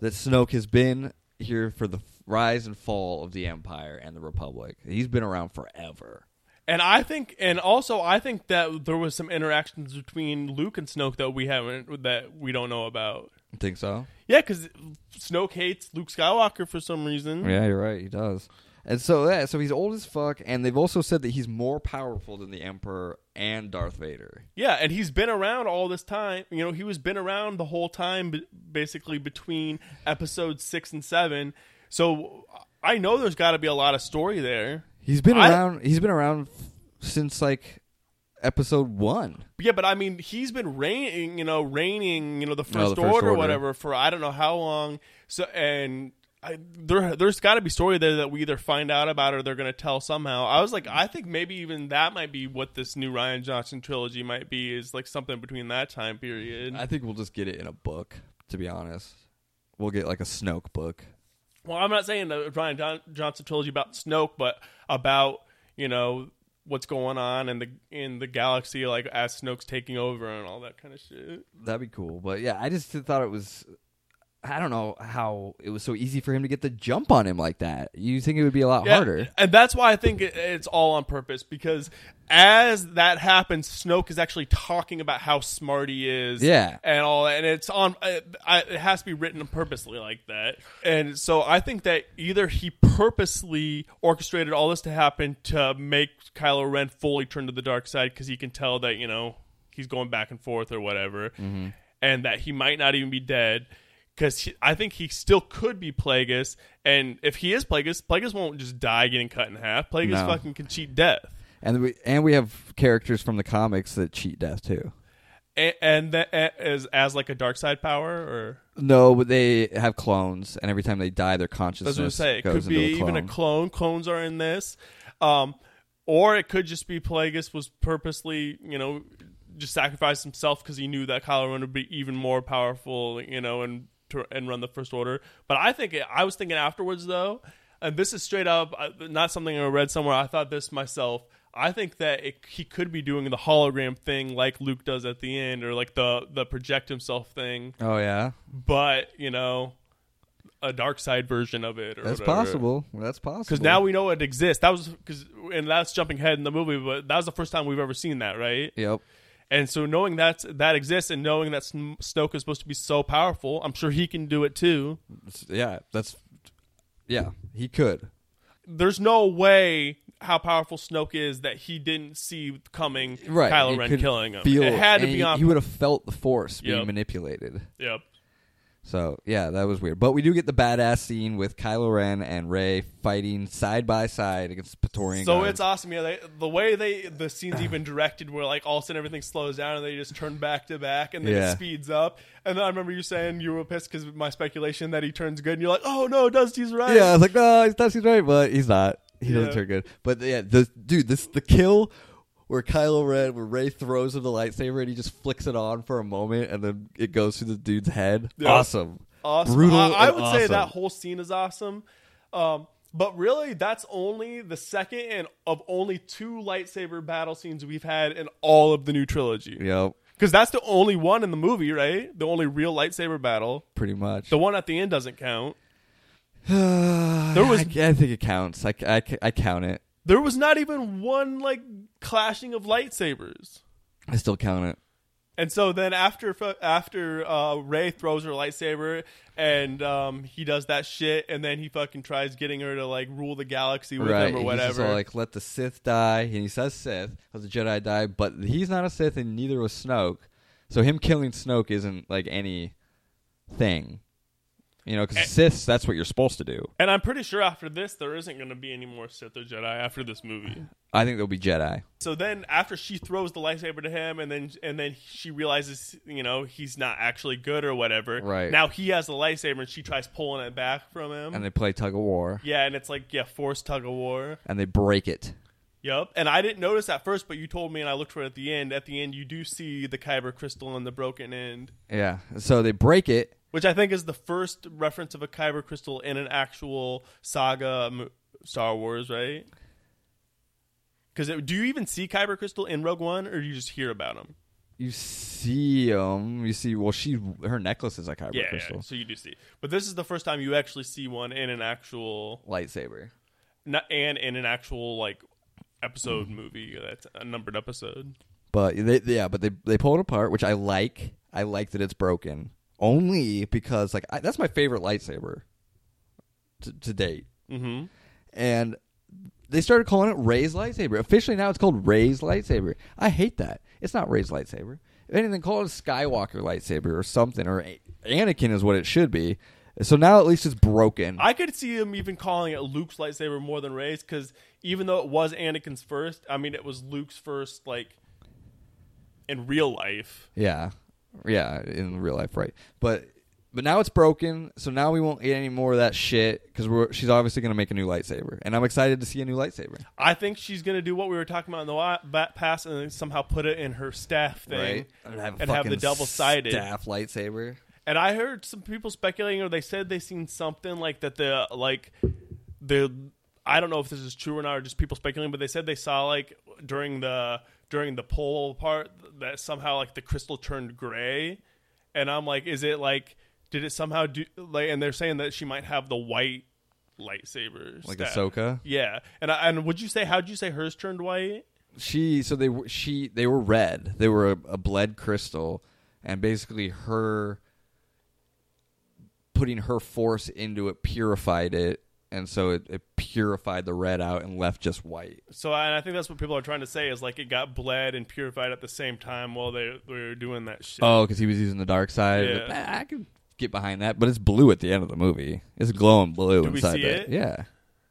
Speaker 1: that Snoke has been here for the rise and fall of the Empire and the Republic. He's been around forever.
Speaker 2: And I think, and also I think that there was some interactions between Luke and Snoke that we haven't that we don't know about.
Speaker 1: Think so?
Speaker 2: Yeah, because Snoke hates Luke Skywalker for some reason.
Speaker 1: Yeah, you're right. He does. And so yeah, so he's old as fuck, and they've also said that he's more powerful than the Emperor and Darth Vader.
Speaker 2: Yeah, and he's been around all this time. You know, he was been around the whole time, b- basically between episode six and seven. So I know there's got to be a lot of story there.
Speaker 1: He's been
Speaker 2: I-
Speaker 1: around. He's been around f- since like episode one.
Speaker 2: Yeah, but I mean, he's been reigning, you know, reigning, you know, the
Speaker 1: the
Speaker 2: first,
Speaker 1: First
Speaker 2: order,
Speaker 1: Order.
Speaker 2: or whatever for I don't know how long. So and I, there, there's got to be story there that we either find out about or they're going to tell somehow. I was like, I think maybe even that might be what this new Ryan Johnson trilogy might be is like something between that time period.
Speaker 1: I think we'll just get it in a book. To be honest, we'll get like a Snoke book.
Speaker 2: well, I'm not saying the Ryan John- Johnson trilogy about Snoke, but about you know what's going on in the in the galaxy, like as Snoke's taking over and all that kind of shit.
Speaker 1: That'd be cool. But yeah, I just thought it was. I don't know how it was so easy for him to get the jump on him like that. You think it would be a lot
Speaker 2: Yeah,
Speaker 1: harder?
Speaker 2: And that's why I think it, it's all on purpose because as that happens, Snoke is actually talking about how smart he is.
Speaker 1: Yeah.
Speaker 2: And all that. And it's on, I, I, it has to be written purposely like that. And so I think that either he purposely orchestrated all this to happen to make Kylo Ren fully turn to the dark side because he can tell that, you know, he's going back and forth or whatever. And that he might not even be dead because I think he still could be Plagueis, and if he is Plagueis, Plagueis won't just die getting cut in half. Plagueis
Speaker 1: No.
Speaker 2: fucking can cheat death,
Speaker 1: And we and we have characters from the comics that cheat death too.
Speaker 2: and, and that as as like a dark side power, or
Speaker 1: No, but they have clones, and every time they die, their consciousness
Speaker 2: that's what I'm saying. It
Speaker 1: goes
Speaker 2: could
Speaker 1: into
Speaker 2: be
Speaker 1: a clone.
Speaker 2: even a clone. Clones are in this, um, or it could just be Plagueis was purposely, you know, just sacrificed himself because he knew that Kylo Ren would be even more powerful, you know, and to, and run the First Order. But I think it, I was thinking afterwards though, and this is straight up uh, not something I read somewhere. I thought this myself. I think that it, he could be doing the hologram thing like Luke does at the end, or like the the project himself thing
Speaker 1: oh yeah,
Speaker 2: but you know a dark side version of it or
Speaker 1: that's possible. That's possible.
Speaker 2: because now we know it exists that was because and that's jumping ahead in the movie but that was the first time we've ever seen that right
Speaker 1: Yep.
Speaker 2: and so knowing that that exists and knowing that Sn- snoke is supposed to be so powerful i'm sure he can do it too
Speaker 1: It's- Yeah. That's. Yeah, he could.
Speaker 2: there's no way how powerful snoke is that he didn't see coming
Speaker 1: Right.
Speaker 2: kylo
Speaker 1: he
Speaker 2: ren
Speaker 1: could
Speaker 2: killing him
Speaker 1: Feel,
Speaker 2: it had to
Speaker 1: and
Speaker 2: be
Speaker 1: he-
Speaker 2: on
Speaker 1: He would have felt the force being
Speaker 2: Yep.
Speaker 1: manipulated.
Speaker 2: yep
Speaker 1: So yeah, that was weird. But we do get the badass scene with Kylo Ren and Rey fighting side by side against Praetorian.
Speaker 2: So
Speaker 1: guards.
Speaker 2: it's awesome. Yeah, they, the way they the scenes even directed where like all of a sudden everything slows down and they just turn back to back and then
Speaker 1: Yeah.
Speaker 2: it speeds up. And then I remember you saying you were pissed because my speculation that he turns good and you're like, oh no, Dusty's right.
Speaker 1: yeah. I was like, no, he's not- he's right, but he's not. He doesn't
Speaker 2: Yeah.
Speaker 1: turn good. But yeah, the dude, this the kill where Kylo Ren, where Rey throws him the lightsaber and he just flicks it on for a moment and then it goes through the dude's head.
Speaker 2: Yeah.
Speaker 1: Awesome,
Speaker 2: awesome.
Speaker 1: brutal.
Speaker 2: I, I
Speaker 1: and
Speaker 2: would say
Speaker 1: awesome.
Speaker 2: that whole scene is awesome. Um, but really, that's only the second and of only two lightsaber battle scenes we've had in all of the new trilogy.
Speaker 1: Yep,
Speaker 2: Because that's the only one in the movie, right? The only real lightsaber battle.
Speaker 1: pretty much.
Speaker 2: The one at the end doesn't count.
Speaker 1: there
Speaker 2: was-
Speaker 1: I, I think it counts. I, I, I count it.
Speaker 2: There was not even one like clashing of lightsabers.
Speaker 1: I still count it.
Speaker 2: And so then after after uh, Ray throws her lightsaber and um, he does that shit, and then he fucking tries getting her to like rule the galaxy with
Speaker 1: right.
Speaker 2: him or
Speaker 1: He's just all
Speaker 2: whatever.
Speaker 1: like, let the Sith die. And he says Sith, let the Jedi die. But he's not a Sith, and neither was Snoke. So him killing Snoke isn't like any thing. You know,
Speaker 2: Eh.
Speaker 1: because Siths, that's what you're supposed to do.
Speaker 2: and I'm pretty sure after this there isn't going to be any more Sith or Jedi after this movie.
Speaker 1: I think they'll be Jedi.
Speaker 2: So then after she throws the lightsaber to him, and then and then she realizes you know he's not actually good or whatever.
Speaker 1: Right.
Speaker 2: now he has the lightsaber, and she tries pulling it back from him.
Speaker 1: And they play tug of war.
Speaker 2: yeah, and it's like yeah, force tug of war.
Speaker 1: And they break it.
Speaker 2: Yep. And I didn't notice at first, but you told me, and I looked for it at the end. At the end, you do see the Kyber crystal and the broken end,
Speaker 1: Yeah. So they break it.
Speaker 2: which I think is the first reference of a Kyber crystal in an actual saga mo- Star Wars, right? Because do you even see Kyber crystal in Rogue One, or do you just hear about them?
Speaker 1: You see um You see, well, she her necklace is like hyper
Speaker 2: Yeah, yeah,
Speaker 1: crystal
Speaker 2: so you do see. But this is the first time you actually see one in an actual
Speaker 1: lightsaber.
Speaker 2: not, and in an actual like episode movie that's a numbered episode.
Speaker 1: But they, they- yeah, but they they pull it apart, which I like. I like that it's broken only because like I, that's my favorite lightsaber to, to date.
Speaker 2: Mm-hmm.
Speaker 1: And they started calling it Ray's lightsaber. Officially now it's called Ray's lightsaber. I hate that. It's not Ray's lightsaber. If anything, call it a Skywalker lightsaber or something. Or A- Anakin is what it should be. So now at least it's broken.
Speaker 2: I could see him even calling it Luke's lightsaber more than Ray's because even though it was Anakin's first, I mean, it was Luke's first, like, in real life.
Speaker 1: Yeah, yeah, in real life, right? But but now it's broken, so now we won't get any more of that shit because she's obviously gonna make a new lightsaber, and I'm excited to see a new lightsaber.
Speaker 2: I think she's going to do what we were talking about in the wa- ba- past and then somehow put it in her staff thing
Speaker 1: And have, a
Speaker 2: and have the
Speaker 1: fucking
Speaker 2: double sided.
Speaker 1: staff lightsaber.
Speaker 2: And I heard some people speculating, or they said they seen something like that. The like the I don't know if this is true or not, or just people speculating, but they said they saw like during the during the poll part that somehow like the crystal turned gray, and I'm like, is it like did it somehow do like? And they're saying that she might have the white lightsaber,
Speaker 1: Like
Speaker 2: staff.
Speaker 1: Ahsoka?
Speaker 2: Yeah, and I, and would you say how'd you say hers turned white?
Speaker 1: she so they were she they were red they were a, a bled crystal and basically her putting her force into it purified it and so it, it purified the red out and left just white
Speaker 2: So and I think that's what people are trying to say is like it got bled and purified at the same time while they, they were doing that shit.
Speaker 1: oh because he was using the dark side
Speaker 2: Yeah.
Speaker 1: Ah, i could get behind that but it's blue at the end of the movie it's glowing blue
Speaker 2: Do we
Speaker 1: inside
Speaker 2: see
Speaker 1: it.
Speaker 2: it?
Speaker 1: yeah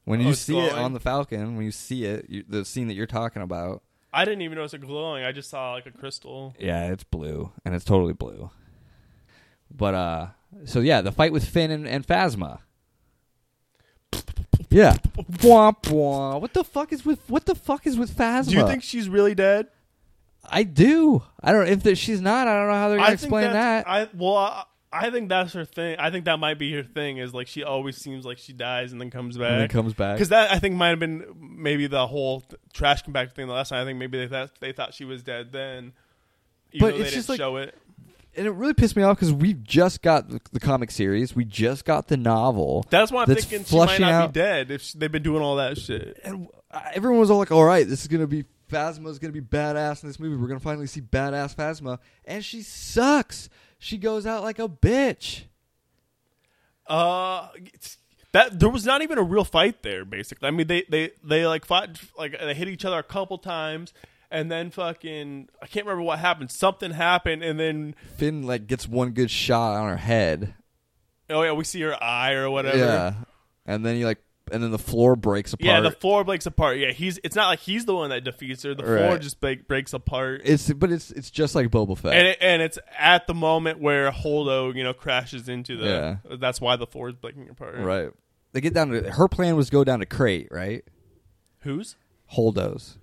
Speaker 1: when
Speaker 2: Oh,
Speaker 1: you
Speaker 2: it's
Speaker 1: see it
Speaker 2: glowing?
Speaker 1: on the falcon when you see it you, the scene that you're talking about
Speaker 2: I didn't even notice it glowing. I just saw like a crystal.
Speaker 1: Yeah, it's blue, and it's totally blue. But uh, so yeah, the fight with Finn and, and Phasma. Yeah. Womp womp. What the fuck is with what the fuck is with Phasma?
Speaker 2: Do you think she's really dead?
Speaker 1: I do. I don't. If there, she's not, I don't know how they're gonna
Speaker 2: I
Speaker 1: explain
Speaker 2: think that's-
Speaker 1: that.
Speaker 2: I well, I, I think that's her thing. I think that might be her thing. Is like she always seems like she dies and then comes back.
Speaker 1: then comes back.
Speaker 2: because that I think might have been maybe the whole th- trash compactor thing the last time. I think maybe they thought they thought she was dead then.
Speaker 1: But
Speaker 2: Even though they
Speaker 1: it's just
Speaker 2: didn't
Speaker 1: like-
Speaker 2: show it.
Speaker 1: and it really pissed me off because we just got the, the comic series, we just got the novel.
Speaker 2: That's why I'm
Speaker 1: that's
Speaker 2: thinking she might
Speaker 1: flushing
Speaker 2: not
Speaker 1: out
Speaker 2: be dead if she, they've been doing all that shit.
Speaker 1: and uh, everyone was all like, "All right, this is gonna be Phasma's gonna be badass in this movie. We're gonna finally see badass Phasma." And she sucks. She goes out like a bitch.
Speaker 2: Uh, it's- that there was not even a real fight there. Basically, I mean they they they like fought like they hit each other a couple times. And then fucking, I can't remember what happened. Something happened, and then
Speaker 1: Finn like gets one good shot on her head.
Speaker 2: oh yeah, we see her eye or whatever.
Speaker 1: Yeah, and then he like, and then the floor breaks apart.
Speaker 2: Yeah, the floor breaks apart. Yeah, he's. It's not like he's the one that defeats her. The floor
Speaker 1: Right.
Speaker 2: just break, breaks apart.
Speaker 1: it's but it's it's just like Boba Fett.
Speaker 2: and it, and it's at the moment where Holdo, you know, crashes into the. That's why the floor is breaking apart.
Speaker 1: right. They get down to her plan was go down to crate right.
Speaker 2: Who's?
Speaker 1: Holdos.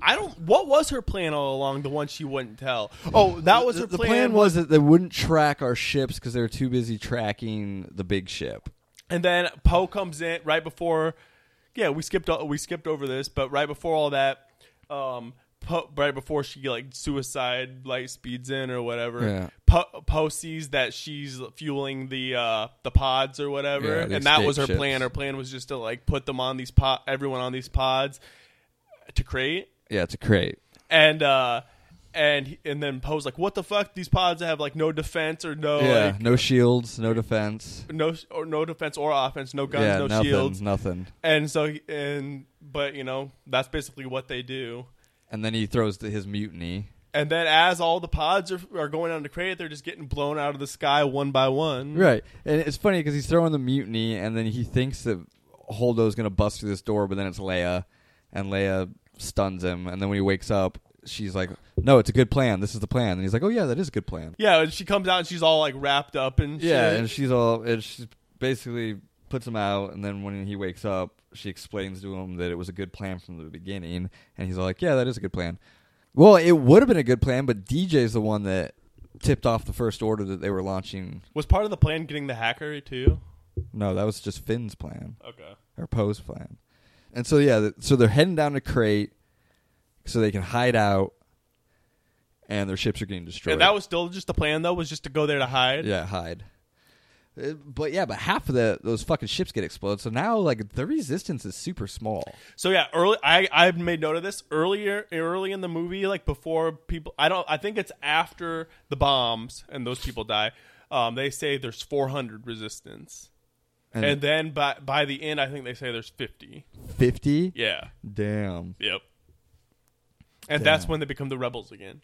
Speaker 2: I don't. What was her plan all along? The one she wouldn't tell. Oh, that was
Speaker 1: the,
Speaker 2: her
Speaker 1: the
Speaker 2: plan.
Speaker 1: plan was that they wouldn't track our ships because they were too busy tracking the big ship.
Speaker 2: And then Poe comes in right before. Yeah, we skipped all- we skipped over this, but right before all that, um, Poe right before she like suicide light speeds in or whatever,
Speaker 1: Yeah.
Speaker 2: Po- Poe sees that she's fueling the uh, the pods or whatever,
Speaker 1: Yeah, the
Speaker 2: and that was her
Speaker 1: escape
Speaker 2: plan.
Speaker 1: ships.
Speaker 2: Her plan was just to like put them on these pod, everyone on these pods to create
Speaker 1: Yeah, it's a crate.
Speaker 2: and. uh and he- and then Poe's like, "What the fuck? These pods have like no defense or no
Speaker 1: yeah,
Speaker 2: like,
Speaker 1: no shields, no defense.
Speaker 2: no or no defense or offense, no guns,
Speaker 1: yeah,
Speaker 2: no
Speaker 1: nothing,
Speaker 2: shields,
Speaker 1: nothing.
Speaker 2: and so, he- and but you know, that's basically what they do.
Speaker 1: And then he throws the, his mutiny.
Speaker 2: And then, as all the pods are, are going on to create, they're just getting blown out of the sky one by one.
Speaker 1: Right, and it's funny because he's throwing the mutiny, and then he thinks that Holdo's gonna bust through this door, but then it's Leia, and Leia stuns him, and then when he wakes up, she's like, "No, it's a good plan. This is the plan." And he's like, "Oh yeah, that is a good plan."
Speaker 2: Yeah, and she comes out and she's all like wrapped up and
Speaker 1: Yeah,
Speaker 2: shit.
Speaker 1: and she's all, and she basically puts him out, and then when he wakes up, she explains to him that it was a good plan from the beginning, and he's all like, "Yeah, that is a good plan." Well, it would have been a good plan, but DJ's the one that tipped off the first order that they were launching.
Speaker 2: was part of the plan getting the hacker too.
Speaker 1: No, that was just Finn's plan
Speaker 2: Okay.
Speaker 1: or Poe's plan, and so yeah, th- so they're heading down to crate so they can hide out, and their ships are getting destroyed.
Speaker 2: And that was still just the plan though, was just to go there to hide.
Speaker 1: Yeah, hide. Uh, But yeah, but half of the those fucking ships get exploded. So now like the resistance is super small.
Speaker 2: So yeah, early I I've made note of this earlier early in the movie, like before people I don't I think it's after the bombs and those people die. Um, they say there's 400 resistance.
Speaker 1: And,
Speaker 2: and then by by the end, I think they say there's fifty.
Speaker 1: 50?
Speaker 2: Yeah.
Speaker 1: Damn.
Speaker 2: Yep. And that's when they become the rebels again.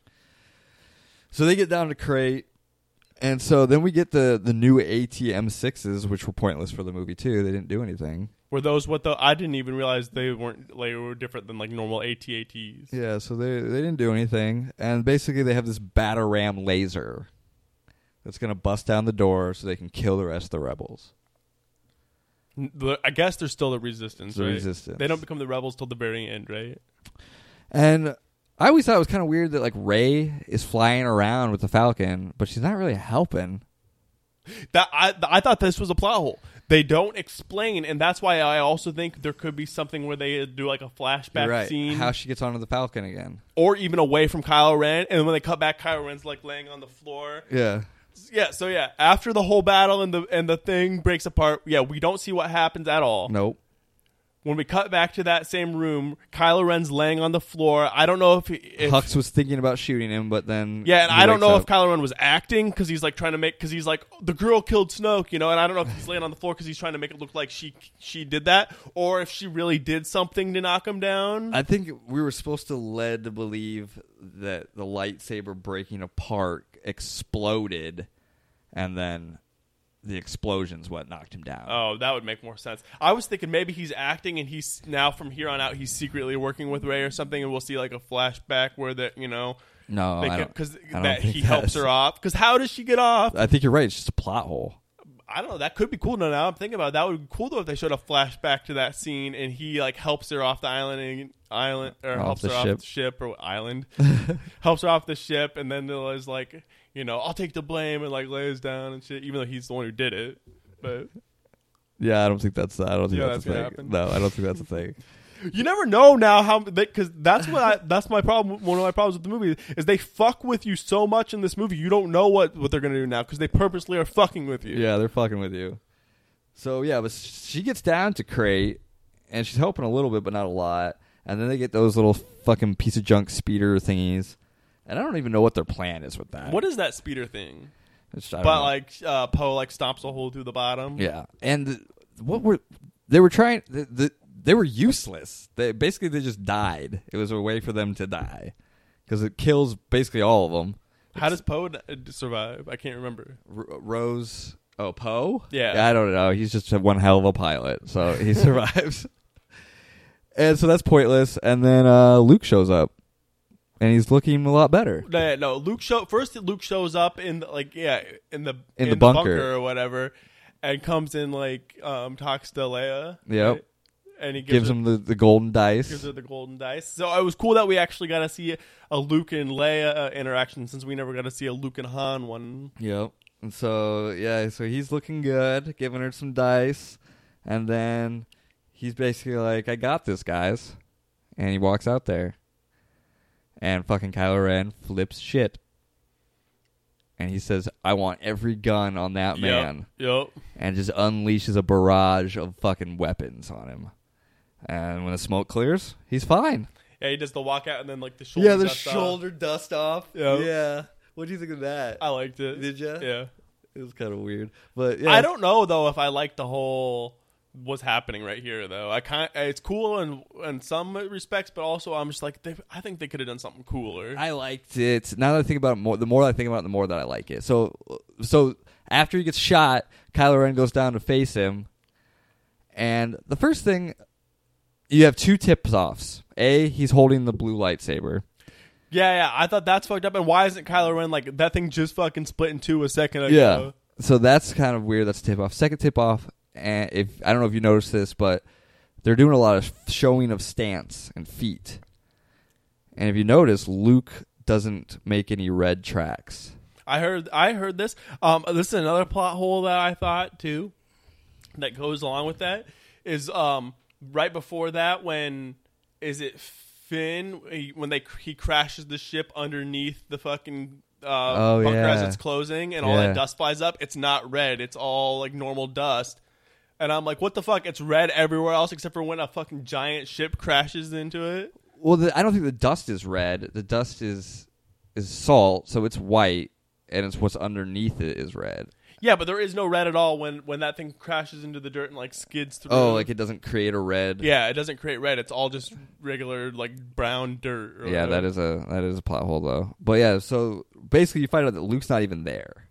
Speaker 1: So they get down to crate and so then we get the the new ATM6s which were pointless for the movie too. They didn't do anything.
Speaker 2: Were those what the? I didn't even realize they weren't. They were different than like normal ATATs.
Speaker 1: Yeah, so they they didn't do anything and basically they have this Bataram laser that's going to bust down the door so they can kill the rest of the rebels.
Speaker 2: N- the- I guess they're still the resistance.
Speaker 1: The
Speaker 2: right?
Speaker 1: resistance.
Speaker 2: They don't become the rebels till the very end, right?
Speaker 1: And I always thought it was kind of weird that like Ray is flying around with the Falcon, but she's not really helping.
Speaker 2: That I th- I thought this was a plot hole. They don't explain, and that's why I also think there could be something where they do like a flashback
Speaker 1: You're right.
Speaker 2: scene,
Speaker 1: How she gets onto the Falcon again.
Speaker 2: or even away from Kylo Ren, and when they cut back, Kylo Ren's like laying on the floor.
Speaker 1: Yeah.
Speaker 2: Yeah, so yeah, after the whole battle and the and the thing breaks apart, yeah, we don't see what happens at all.
Speaker 1: Nope.
Speaker 2: When we cut back to that same room, Kylo Ren's laying on the floor. I don't know if, if
Speaker 1: Hux was thinking about shooting him, but then
Speaker 2: Yeah, and
Speaker 1: he
Speaker 2: I don't
Speaker 1: wakes
Speaker 2: know
Speaker 1: up.
Speaker 2: if Kylo Ren was acting because he's like trying to make because he's like the girl killed Snoke, you know, and I don't know if he's laying on the floor because he's trying to make it look like she she did that or if she really did something to knock him down.
Speaker 1: I think we were supposed to led to believe that the lightsaber breaking apart exploded, and then the explosions what knocked him down.
Speaker 2: oh, that would make more sense. I was thinking maybe he's acting and he's now from here on out he's secretly working with Ray or something, and we'll see like a flashback where that you know
Speaker 1: no, Oh, I don't.
Speaker 2: because
Speaker 1: I don't
Speaker 2: that
Speaker 1: think
Speaker 2: he helps
Speaker 1: that's-
Speaker 2: her off because how does she get off?
Speaker 1: I think you're right. It's just a plot hole.
Speaker 2: I don't know. That could be cool. Now, now I'm thinking about it. that would be cool though if they showed a flashback to that scene and he like helps her off the island and island or
Speaker 1: Off
Speaker 2: helps
Speaker 1: the
Speaker 2: her off
Speaker 1: ship.
Speaker 2: the ship or island, helps her off the ship, and then there's like you know I'll take the blame and like lays down and shit, even though he's the one who did it. But
Speaker 1: Yeah, I don't think that's. I don't think
Speaker 2: Yeah,
Speaker 1: that's,
Speaker 2: that's
Speaker 1: a
Speaker 2: gonna
Speaker 1: thing.
Speaker 2: happen.
Speaker 1: No, I don't think that's a thing.
Speaker 2: you never know now how because that's what I, that's my problem. One of my problems with the movie is they fuck with you so much in this movie. You don't know what what they're gonna do now because they purposely are fucking with you.
Speaker 1: Yeah, they're fucking with you. So yeah, but she gets down to crate, and she's helping a little bit, but not a lot. And then they get those little fucking piece of junk speeder thingies, and I don't even know what their plan is with that.
Speaker 2: What is that speeder thing?
Speaker 1: It's- I don't
Speaker 2: But
Speaker 1: know.
Speaker 2: like uh, Poe like stomps a hole through the bottom.
Speaker 1: yeah, and th- what were they were trying? The, the, they were useless. They basically they just died. It was a way for them to die because it kills basically all of them.
Speaker 2: How does Poe n- survive? I can't remember.
Speaker 1: R- Rose. Oh, Poe?
Speaker 2: Yeah.
Speaker 1: I don't know. He's just one hell of a pilot, so he survives. And so that's pointless. And then uh, Luke shows up, and he's looking a lot better.
Speaker 2: No, yeah, no, Luke show first. Luke shows up in like yeah in the
Speaker 1: In the bunker.
Speaker 2: or whatever, and comes in like um talks to Leia.
Speaker 1: Yep.
Speaker 2: right? and he gives,
Speaker 1: Gives
Speaker 2: her,
Speaker 1: him the, the golden dice.
Speaker 2: gives her the golden dice. So it was cool that we actually got to see a Luke and Leia uh, interaction since we never got to see a Luke and Han one.
Speaker 1: Yep. And so yeah, so he's looking good, giving her some dice, and then he's basically like, "I got this, guys," and he walks out there, and fucking Kylo Ren flips shit, and he says, "I want every gun on that Oh, man,"
Speaker 2: Yep. yep.
Speaker 1: and just unleashes a barrage of fucking weapons on him. And when the smoke clears, he's fine.
Speaker 2: Yeah, he does the walkout and then like the shoulder. dusts off.
Speaker 1: dust off.
Speaker 2: Yep.
Speaker 1: Yeah. What do you think of that?
Speaker 2: I liked it.
Speaker 1: Did ya?
Speaker 2: Yeah.
Speaker 1: it was kind of weird, but yeah,
Speaker 2: I don't know though if I like the whole what's happening right here though. I kind it's cool in in some respects, but also I'm just like they, I think they could have done something cooler.
Speaker 1: I liked it. Now that I think about it more, the more that I think about it, the more that I like it. So, so after he gets shot, Kylo Ren goes down to face him, and the first thing you have two tips offs. A, he's holding the blue lightsaber.
Speaker 2: yeah, yeah. I thought that's fucked up. And why isn't Kylo Ren like that thing just fucking split in two a second ago?
Speaker 1: So that's kind of weird. That's a tip off. Second tip off, and if I don't know if you noticed this, but they're doing a lot of showing of stance and feet. And if you notice, Luke doesn't make any red tracks.
Speaker 2: I heard I heard this. Um, this is another plot hole that I thought too, that goes along with that is um right before that when is it Finn he, when they he crashes the ship underneath the fucking. Uh,
Speaker 1: Oh,
Speaker 2: bunker as
Speaker 1: yeah.
Speaker 2: it's closing and all
Speaker 1: Yeah.
Speaker 2: that dust flies up it's not red it's all like normal dust and i'm like what the fuck it's red everywhere else except for when a fucking giant ship crashes into it
Speaker 1: Well, the, I don't think the dust is red. The dust is is salt, so it's white, and it's what's underneath it is red.
Speaker 2: yeah but there is no red at all when when that thing crashes into the dirt and like skids through
Speaker 1: Oh, like it doesn't create a red.
Speaker 2: Yeah, it doesn't create red. It's all just regular like brown dirt. Or
Speaker 1: yeah,
Speaker 2: whatever.
Speaker 1: that is a that is a plot hole though. But yeah, so basically you find out that Luke's not even there.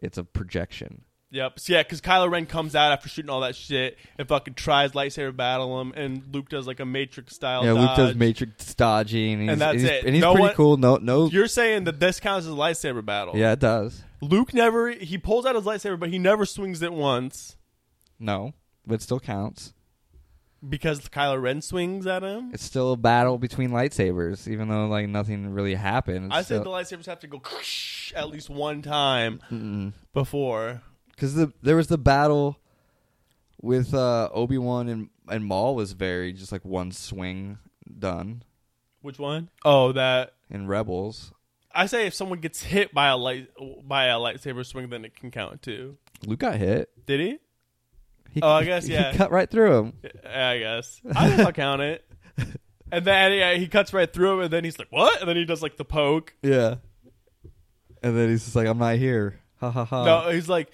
Speaker 1: It's a projection.
Speaker 2: Yep. So yeah, because Kylo Ren comes out after shooting all that shit and fucking tries lightsaber battle him, and Luke does like a Matrix style.
Speaker 1: yeah, Luke does
Speaker 2: Oh, dodge.
Speaker 1: matrix dodging, and,
Speaker 2: And
Speaker 1: he's,
Speaker 2: that's
Speaker 1: he's,
Speaker 2: it.
Speaker 1: And he's
Speaker 2: No
Speaker 1: pretty
Speaker 2: one-
Speaker 1: cool. No, no.
Speaker 2: You're saying that this counts as a lightsaber battle.
Speaker 1: Yeah, it does.
Speaker 2: Luke never he pulls out his lightsaber, but he never swings it once
Speaker 1: No, but it still counts.
Speaker 2: because Kylo Ren swings at him.
Speaker 1: It's still a battle between lightsabers, even though like nothing really happened. It's
Speaker 2: I
Speaker 1: still-
Speaker 2: said the lightsabers have to go at least one time before.
Speaker 1: because the there was the battle with uh, Obi Wan and and Maul was very just like one swing done
Speaker 2: Which one? Oh, that
Speaker 1: in Rebels.
Speaker 2: I say if someone gets hit by a light by a lightsaber swing, then it can count too.
Speaker 1: Luke got hit.
Speaker 2: Did he?
Speaker 1: He,
Speaker 2: Oh, I guess,
Speaker 1: he
Speaker 2: yeah.
Speaker 1: cut right through him.
Speaker 2: Yeah, I guess. I guess I'll count it. And then yeah, he cuts right through him, and then he's like, "What?" And then he does like the poke.
Speaker 1: Yeah, and then he's just like, "I'm not here." Ha ha ha.
Speaker 2: No, he's like,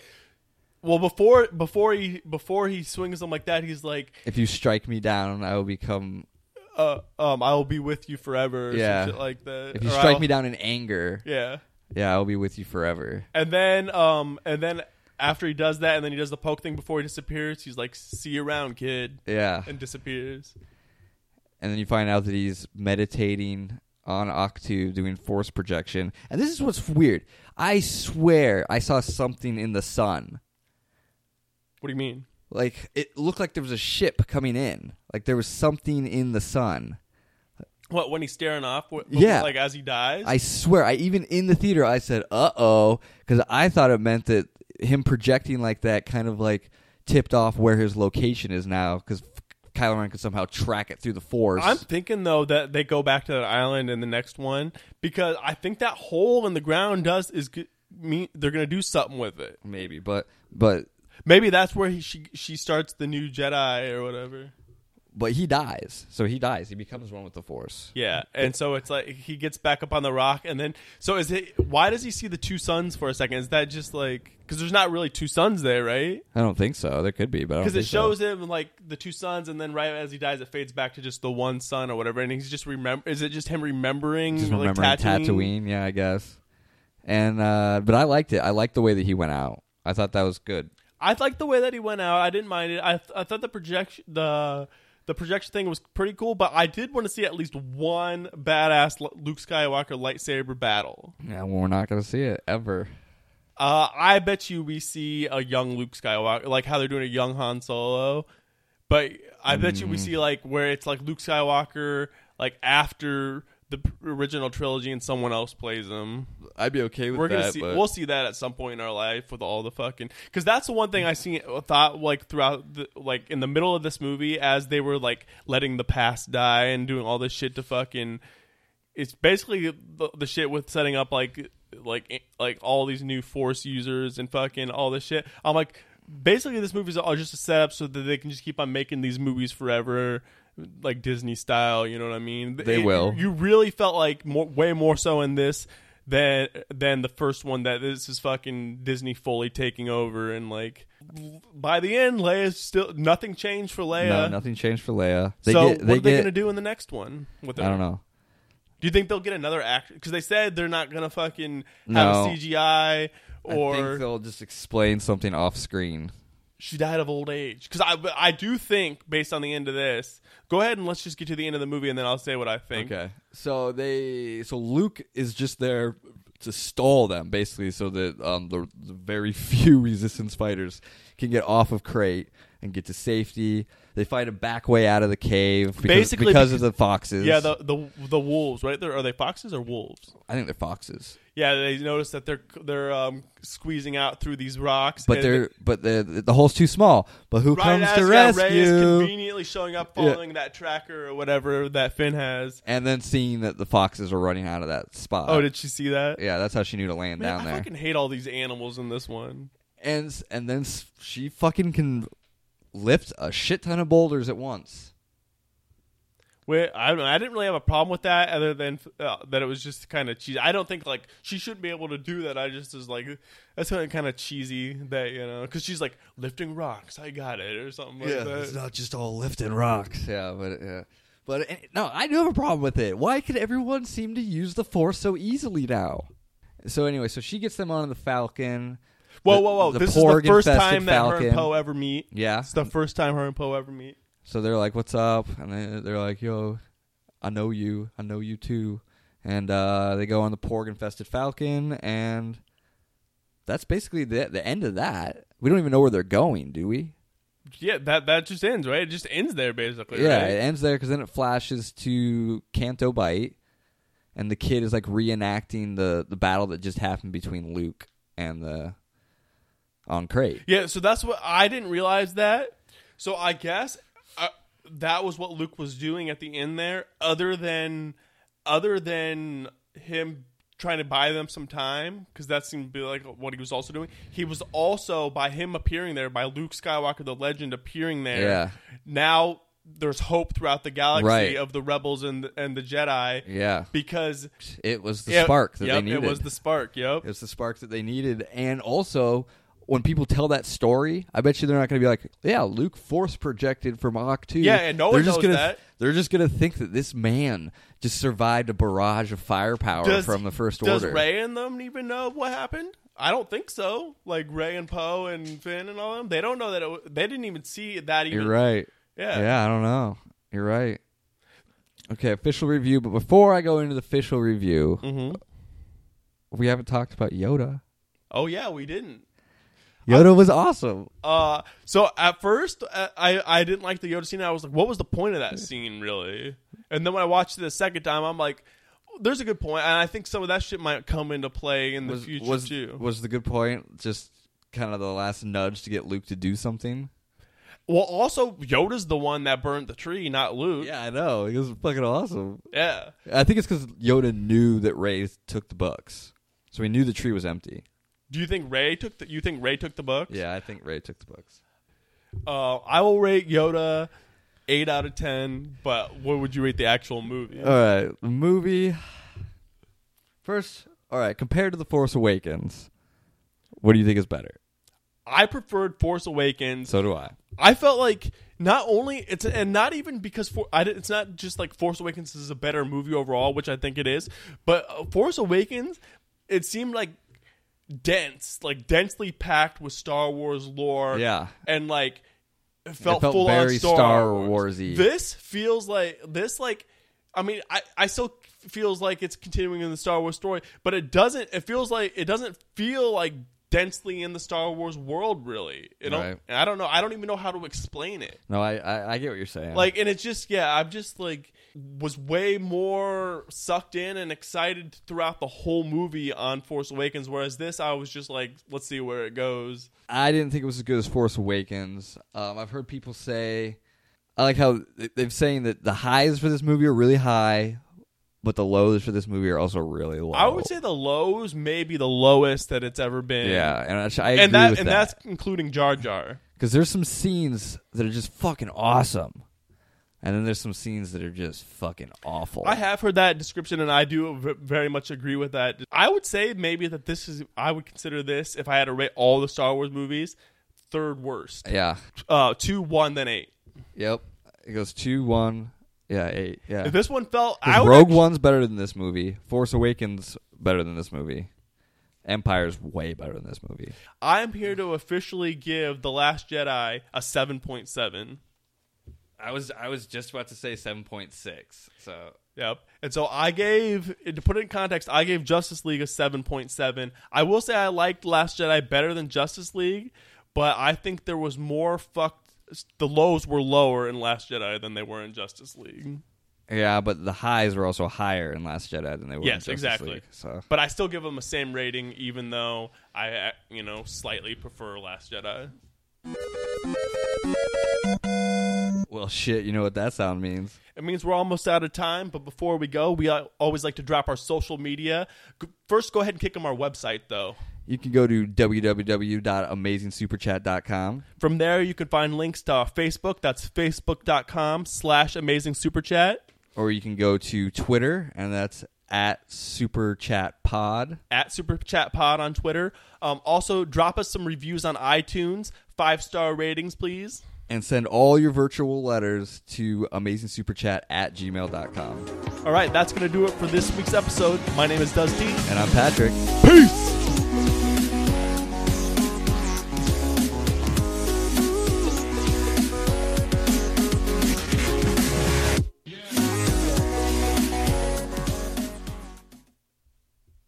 Speaker 2: "Well, before before he before he swings him like that, he's like,
Speaker 1: If you strike me down, I will become.
Speaker 2: uh, um, I will be with you forever." Or
Speaker 1: Yeah.
Speaker 2: some shit like that.
Speaker 1: If you
Speaker 2: Or
Speaker 1: strike
Speaker 2: I'll-
Speaker 1: me down in anger,
Speaker 2: yeah.
Speaker 1: yeah, I will be with you forever.
Speaker 2: And then um, and then after he does that, and then he does the poke thing before he disappears. He's like, "See you around, kid,"
Speaker 1: Yeah.
Speaker 2: and disappears.
Speaker 1: and then you find out that he's meditating on Octu doing force projection. And this is what's weird. I swear I saw something in the sun.
Speaker 2: What do you mean?
Speaker 1: Like it looked like there was a ship coming in. Like there was something in the sun.
Speaker 2: What when he's staring off? What,
Speaker 1: Yeah.
Speaker 2: like as he dies.
Speaker 1: I swear, I even in the theater I said, "Uh-oh," cuz I thought it meant that him projecting like that kind of like tipped off where his location is now cuz Kylo Ren could somehow track it through the force.
Speaker 2: I'm thinking though that they go back to that island in the next one because I think that hole in the ground does is g- mean they're gonna do something with it.
Speaker 1: maybe, but but
Speaker 2: Maybe that's where he, she she starts the new Jedi or whatever.
Speaker 1: but he dies. So he dies. He becomes one with the force.
Speaker 2: Yeah, and so it's like he gets back up on the rock, and then so is it? Why does he see the two suns for a second? Is that just like because there's not really two suns there, right?
Speaker 1: I don't think so. There could be, but
Speaker 2: Because
Speaker 1: because
Speaker 2: it shows him like the two suns, and then right as he dies, it fades back to just the one sun or whatever, and he's just remember. Is it just him remembering?
Speaker 1: just
Speaker 2: like,
Speaker 1: remembering Tatooine. Yeah, I guess. And uh but I liked it. I liked the way that he went out. I thought that was good.
Speaker 2: I liked the way that he went out. I didn't mind it. I, th- I thought the projection the the projection thing was pretty cool, but I did want to see at least one badass Lu- Luke Skywalker lightsaber battle.
Speaker 1: Yeah, well, we're not gonna see it ever.
Speaker 2: Uh, I bet you we see a young Luke Skywalker, like how they're doing a young Han Solo, but I bet you we see like where it's like Luke Skywalker like after the p- original trilogy and someone else plays him.
Speaker 1: I'd be okay with
Speaker 2: We're gonna see. We'll see that at some point in our life with all the fucking. Because that's the one thing I seen thought like throughout the like in the middle of this movie as they were like letting the past die and doing all this shit to fucking. It's basically the, the shit with setting up like like like all these new force users and fucking all this shit. I'm like, basically this movie is all just a setup so that they can just keep on making these movies forever. Like Disney style, you know what I mean?
Speaker 1: They will.
Speaker 2: You really felt like more, way more so in this than than the first one that this is fucking Disney fully taking over and like by the end Leia's still nothing changed for Leia.
Speaker 1: no, nothing changed for Leia. They
Speaker 2: so
Speaker 1: get,
Speaker 2: what are they
Speaker 1: get-
Speaker 2: gonna do in the next one? With
Speaker 1: I don't know.
Speaker 2: Do you think they'll get another actor? Because they said they're not gonna fucking
Speaker 1: No.
Speaker 2: have a CGI
Speaker 1: I think
Speaker 2: or
Speaker 1: they'll just explain something off screen.
Speaker 2: she died of old age. Because I I do think based on the end of this, go ahead and let's just get to the end of the movie and then I'll say what I think.
Speaker 1: So they so Luke is just there to stall them basically, so that um, the, the very few resistance fighters can get off of crate and get to safety. They find a back way out of the cave because,
Speaker 2: Basically
Speaker 1: because
Speaker 2: because-
Speaker 1: of the foxes.
Speaker 2: Yeah, the the the wolves, right? There are they foxes or wolves?
Speaker 1: I think they're foxes,
Speaker 2: Yeah, they notice that they're they're um, squeezing out through these rocks,
Speaker 1: but
Speaker 2: and
Speaker 1: they're but the the hole's too small. But who
Speaker 2: right
Speaker 1: comes
Speaker 2: as
Speaker 1: to
Speaker 2: yeah, Rey is
Speaker 1: rescue?
Speaker 2: conveniently showing up,
Speaker 1: Yeah.
Speaker 2: following that tracker or whatever that Finn has.
Speaker 1: And then seeing that the foxes are running out of that spot.
Speaker 2: Oh, did she see that?
Speaker 1: Uh, yeah, that's how she knew to land
Speaker 2: Man,
Speaker 1: down
Speaker 2: I
Speaker 1: there.
Speaker 2: fucking hate all these animals in this one.
Speaker 1: and s- and then s- she fucking can lift a shit ton of boulders at once.
Speaker 2: Wait, I don't know. I didn't really have a problem with that, other than uh, that it was just kind of cheesy. I don't think like she should be able to do that. I just is like that's kind of cheesy that you know because she's like lifting rocks. I got it or something like that.
Speaker 1: not just all lifting rocks. Yeah, but yeah. But eh, no, I do have a problem with it. Why could everyone seem to use the force so easily now? So anyway, so she gets them on the Falcon.
Speaker 2: Whoa,
Speaker 1: the-
Speaker 2: whoa, whoa!
Speaker 1: the
Speaker 2: this is the first
Speaker 1: porg-infested
Speaker 2: time that her
Speaker 1: Falcon.
Speaker 2: and Poe ever meet.
Speaker 1: Yeah.
Speaker 2: it's the first time her and Poe ever meet.
Speaker 1: So they're like, "What's up?" And they- they're like, "Yo, I know you. I know you too." And uh, they go on the porg-infested Falcon, and that's basically the the end of that. We don't even know where they're going, do we?
Speaker 2: Yeah, that that just ends, right? It just ends there, basically.
Speaker 1: Yeah,
Speaker 2: right?
Speaker 1: it ends there because then it flashes to Canto Bite, and the kid is like reenacting the the battle that just happened between Luke and the on crate.
Speaker 2: Yeah, so that's what I didn't realize that. So I guess uh, that was what Luke was doing at the end there. Other than, other than him trying to buy them some time, because that seemed to be like what he was also doing. He was also by him appearing there, by Luke Skywalker, the legend, appearing there.
Speaker 1: Yeah.
Speaker 2: Now there's hope throughout the galaxy
Speaker 1: Right.
Speaker 2: of the rebels and the, and the Jedi.
Speaker 1: Yeah,
Speaker 2: Because
Speaker 1: it was the
Speaker 2: Yeah,
Speaker 1: spark that
Speaker 2: yep,
Speaker 1: they needed.
Speaker 2: It was the spark. Yep.
Speaker 1: It was the spark that they needed. And also, when people tell that story, I bet you they're not going to be like, "Yeah, Luke force projected from Mach 2.
Speaker 2: Yeah, and no
Speaker 1: they're
Speaker 2: one
Speaker 1: just
Speaker 2: knows
Speaker 1: gonna,
Speaker 2: that.
Speaker 1: They're just going to think that this man just survived a barrage of firepower from the First
Speaker 2: does
Speaker 1: Order.
Speaker 2: Ray and them even know what happened? I don't think so. Like Ray and Poe and Finn and all them, they don't know that it, wa- they didn't even see that. Even
Speaker 1: You're right.
Speaker 2: Yeah.
Speaker 1: Yeah, I don't know. You're right. Okay, official review. But before I go into the official review, we haven't talked about Yoda.
Speaker 2: Oh yeah, we didn't.
Speaker 1: Yoda was awesome.
Speaker 2: Uh, so at first, I, I I didn't like the Yoda scene. I was like, what was the point of that scene, really? And then when I watched it the second time, I'm like, there's a good point, and I think some of that shit might come into play in the
Speaker 1: was
Speaker 2: future
Speaker 1: was,
Speaker 2: too.
Speaker 1: was the good point just kind of the last nudge to get Luke to do something?
Speaker 2: well, also Yoda's the one that burned the tree, not Luke.
Speaker 1: Yeah, I know. It was fucking awesome.
Speaker 2: yeah.
Speaker 1: I think it's because Yoda knew that Ray took the books, so he knew the tree was empty.
Speaker 2: Do you think Ray took the? You think Ray took the book?
Speaker 1: Yeah, I think Ray took the books.
Speaker 2: Uh, I will rate Yoda eight out of ten, but what would you rate the actual movie?
Speaker 1: All right, the movie. First, all right. Compared to the Force Awakens, what do you think is better?
Speaker 2: I preferred Force Awakens.
Speaker 1: So do I.
Speaker 2: I felt like not only it's and not even because for I, didn't- it's not just like Force Awakens is a better movie overall, which I think it is, but uh, Force Awakens it seemed like dense, like densely packed with Star Wars lore.
Speaker 1: Yeah.
Speaker 2: and like it felt,
Speaker 1: felt
Speaker 2: full
Speaker 1: very
Speaker 2: on Star,
Speaker 1: Star
Speaker 2: Wars.
Speaker 1: Wars-y.
Speaker 2: This feels like this like. I mean, I, I still feels like it's continuing in the Star Wars story, but it doesn't. It feels like it doesn't feel like densely in the Star Wars world, really. It don't-
Speaker 1: Right.
Speaker 2: and I don't know. I don't even know how to explain it.
Speaker 1: No, I I, I get what you're saying.
Speaker 2: Like, and it's just, yeah, I'm just like, was way more sucked in and excited throughout the whole movie on Force Awakens, whereas this, I was just like, let's see where it goes.
Speaker 1: I didn't think it was as good as Force Awakens. Um, I've heard people say, I like how they- they've saying that the highs for this movie are really high, but the lows for this movie are also really low.
Speaker 2: I would say the lows may be the lowest that it's ever been.
Speaker 1: yeah, and I, I agree
Speaker 2: And that,
Speaker 1: with
Speaker 2: and
Speaker 1: that
Speaker 2: that's including Jar Jar.
Speaker 1: because there's some scenes that are just fucking awesome, and then there's some scenes that are just fucking awful.
Speaker 2: I have heard that description, and I do v- very much agree with that. I would say maybe that this is, I would consider this, if I had to rate all the Star Wars movies, third worst.
Speaker 1: yeah,
Speaker 2: Uh, two, one, then eight.
Speaker 1: yep. It goes two, one, yeah, eight, yeah.
Speaker 2: This one felt, I
Speaker 1: Because
Speaker 2: would
Speaker 1: Rogue
Speaker 2: actually-
Speaker 1: One's better than this movie. Force Awakens better than this movie. Empire's way better than this movie.
Speaker 2: I'm here to officially give The Last Jedi a 7.7.
Speaker 1: I was I was just about to say seven point six. So
Speaker 2: Yep. And so I gave, to put it in context, I gave Justice League a 7.7. I will say I liked Last Jedi better than Justice League, but I think there was more fucked. The lows were lower in Last Jedi than they were in Justice League.
Speaker 1: yeah, but the highs were also higher in Last Jedi than they were. in
Speaker 2: Yes,
Speaker 1: Justice
Speaker 2: exactly.
Speaker 1: League, so
Speaker 2: But I still give them a same rating, even though I, uh, you know, slightly prefer Last Jedi.
Speaker 1: well, shit. You know what that sound means?
Speaker 2: It means we're almost out of time, but before we go, we uh, always like to drop our social media. G- First, go ahead and kick them our website, though.
Speaker 1: You can go to www.amazingsuperchat.com.
Speaker 2: From there, you can find links to our Facebook. That's facebook.com slash amazing super chat
Speaker 1: or you can go to Twitter, and that's at Super Chat Pod.
Speaker 2: at super chat pod on Twitter. Um, also, drop us some reviews on iTunes. Five star ratings, please.
Speaker 1: And send all your virtual letters to amazingsuperchat at gmail.com.
Speaker 2: All right, that's going to do it for this week's episode. My name is Dusty.
Speaker 1: And I'm Patrick.
Speaker 2: Peace.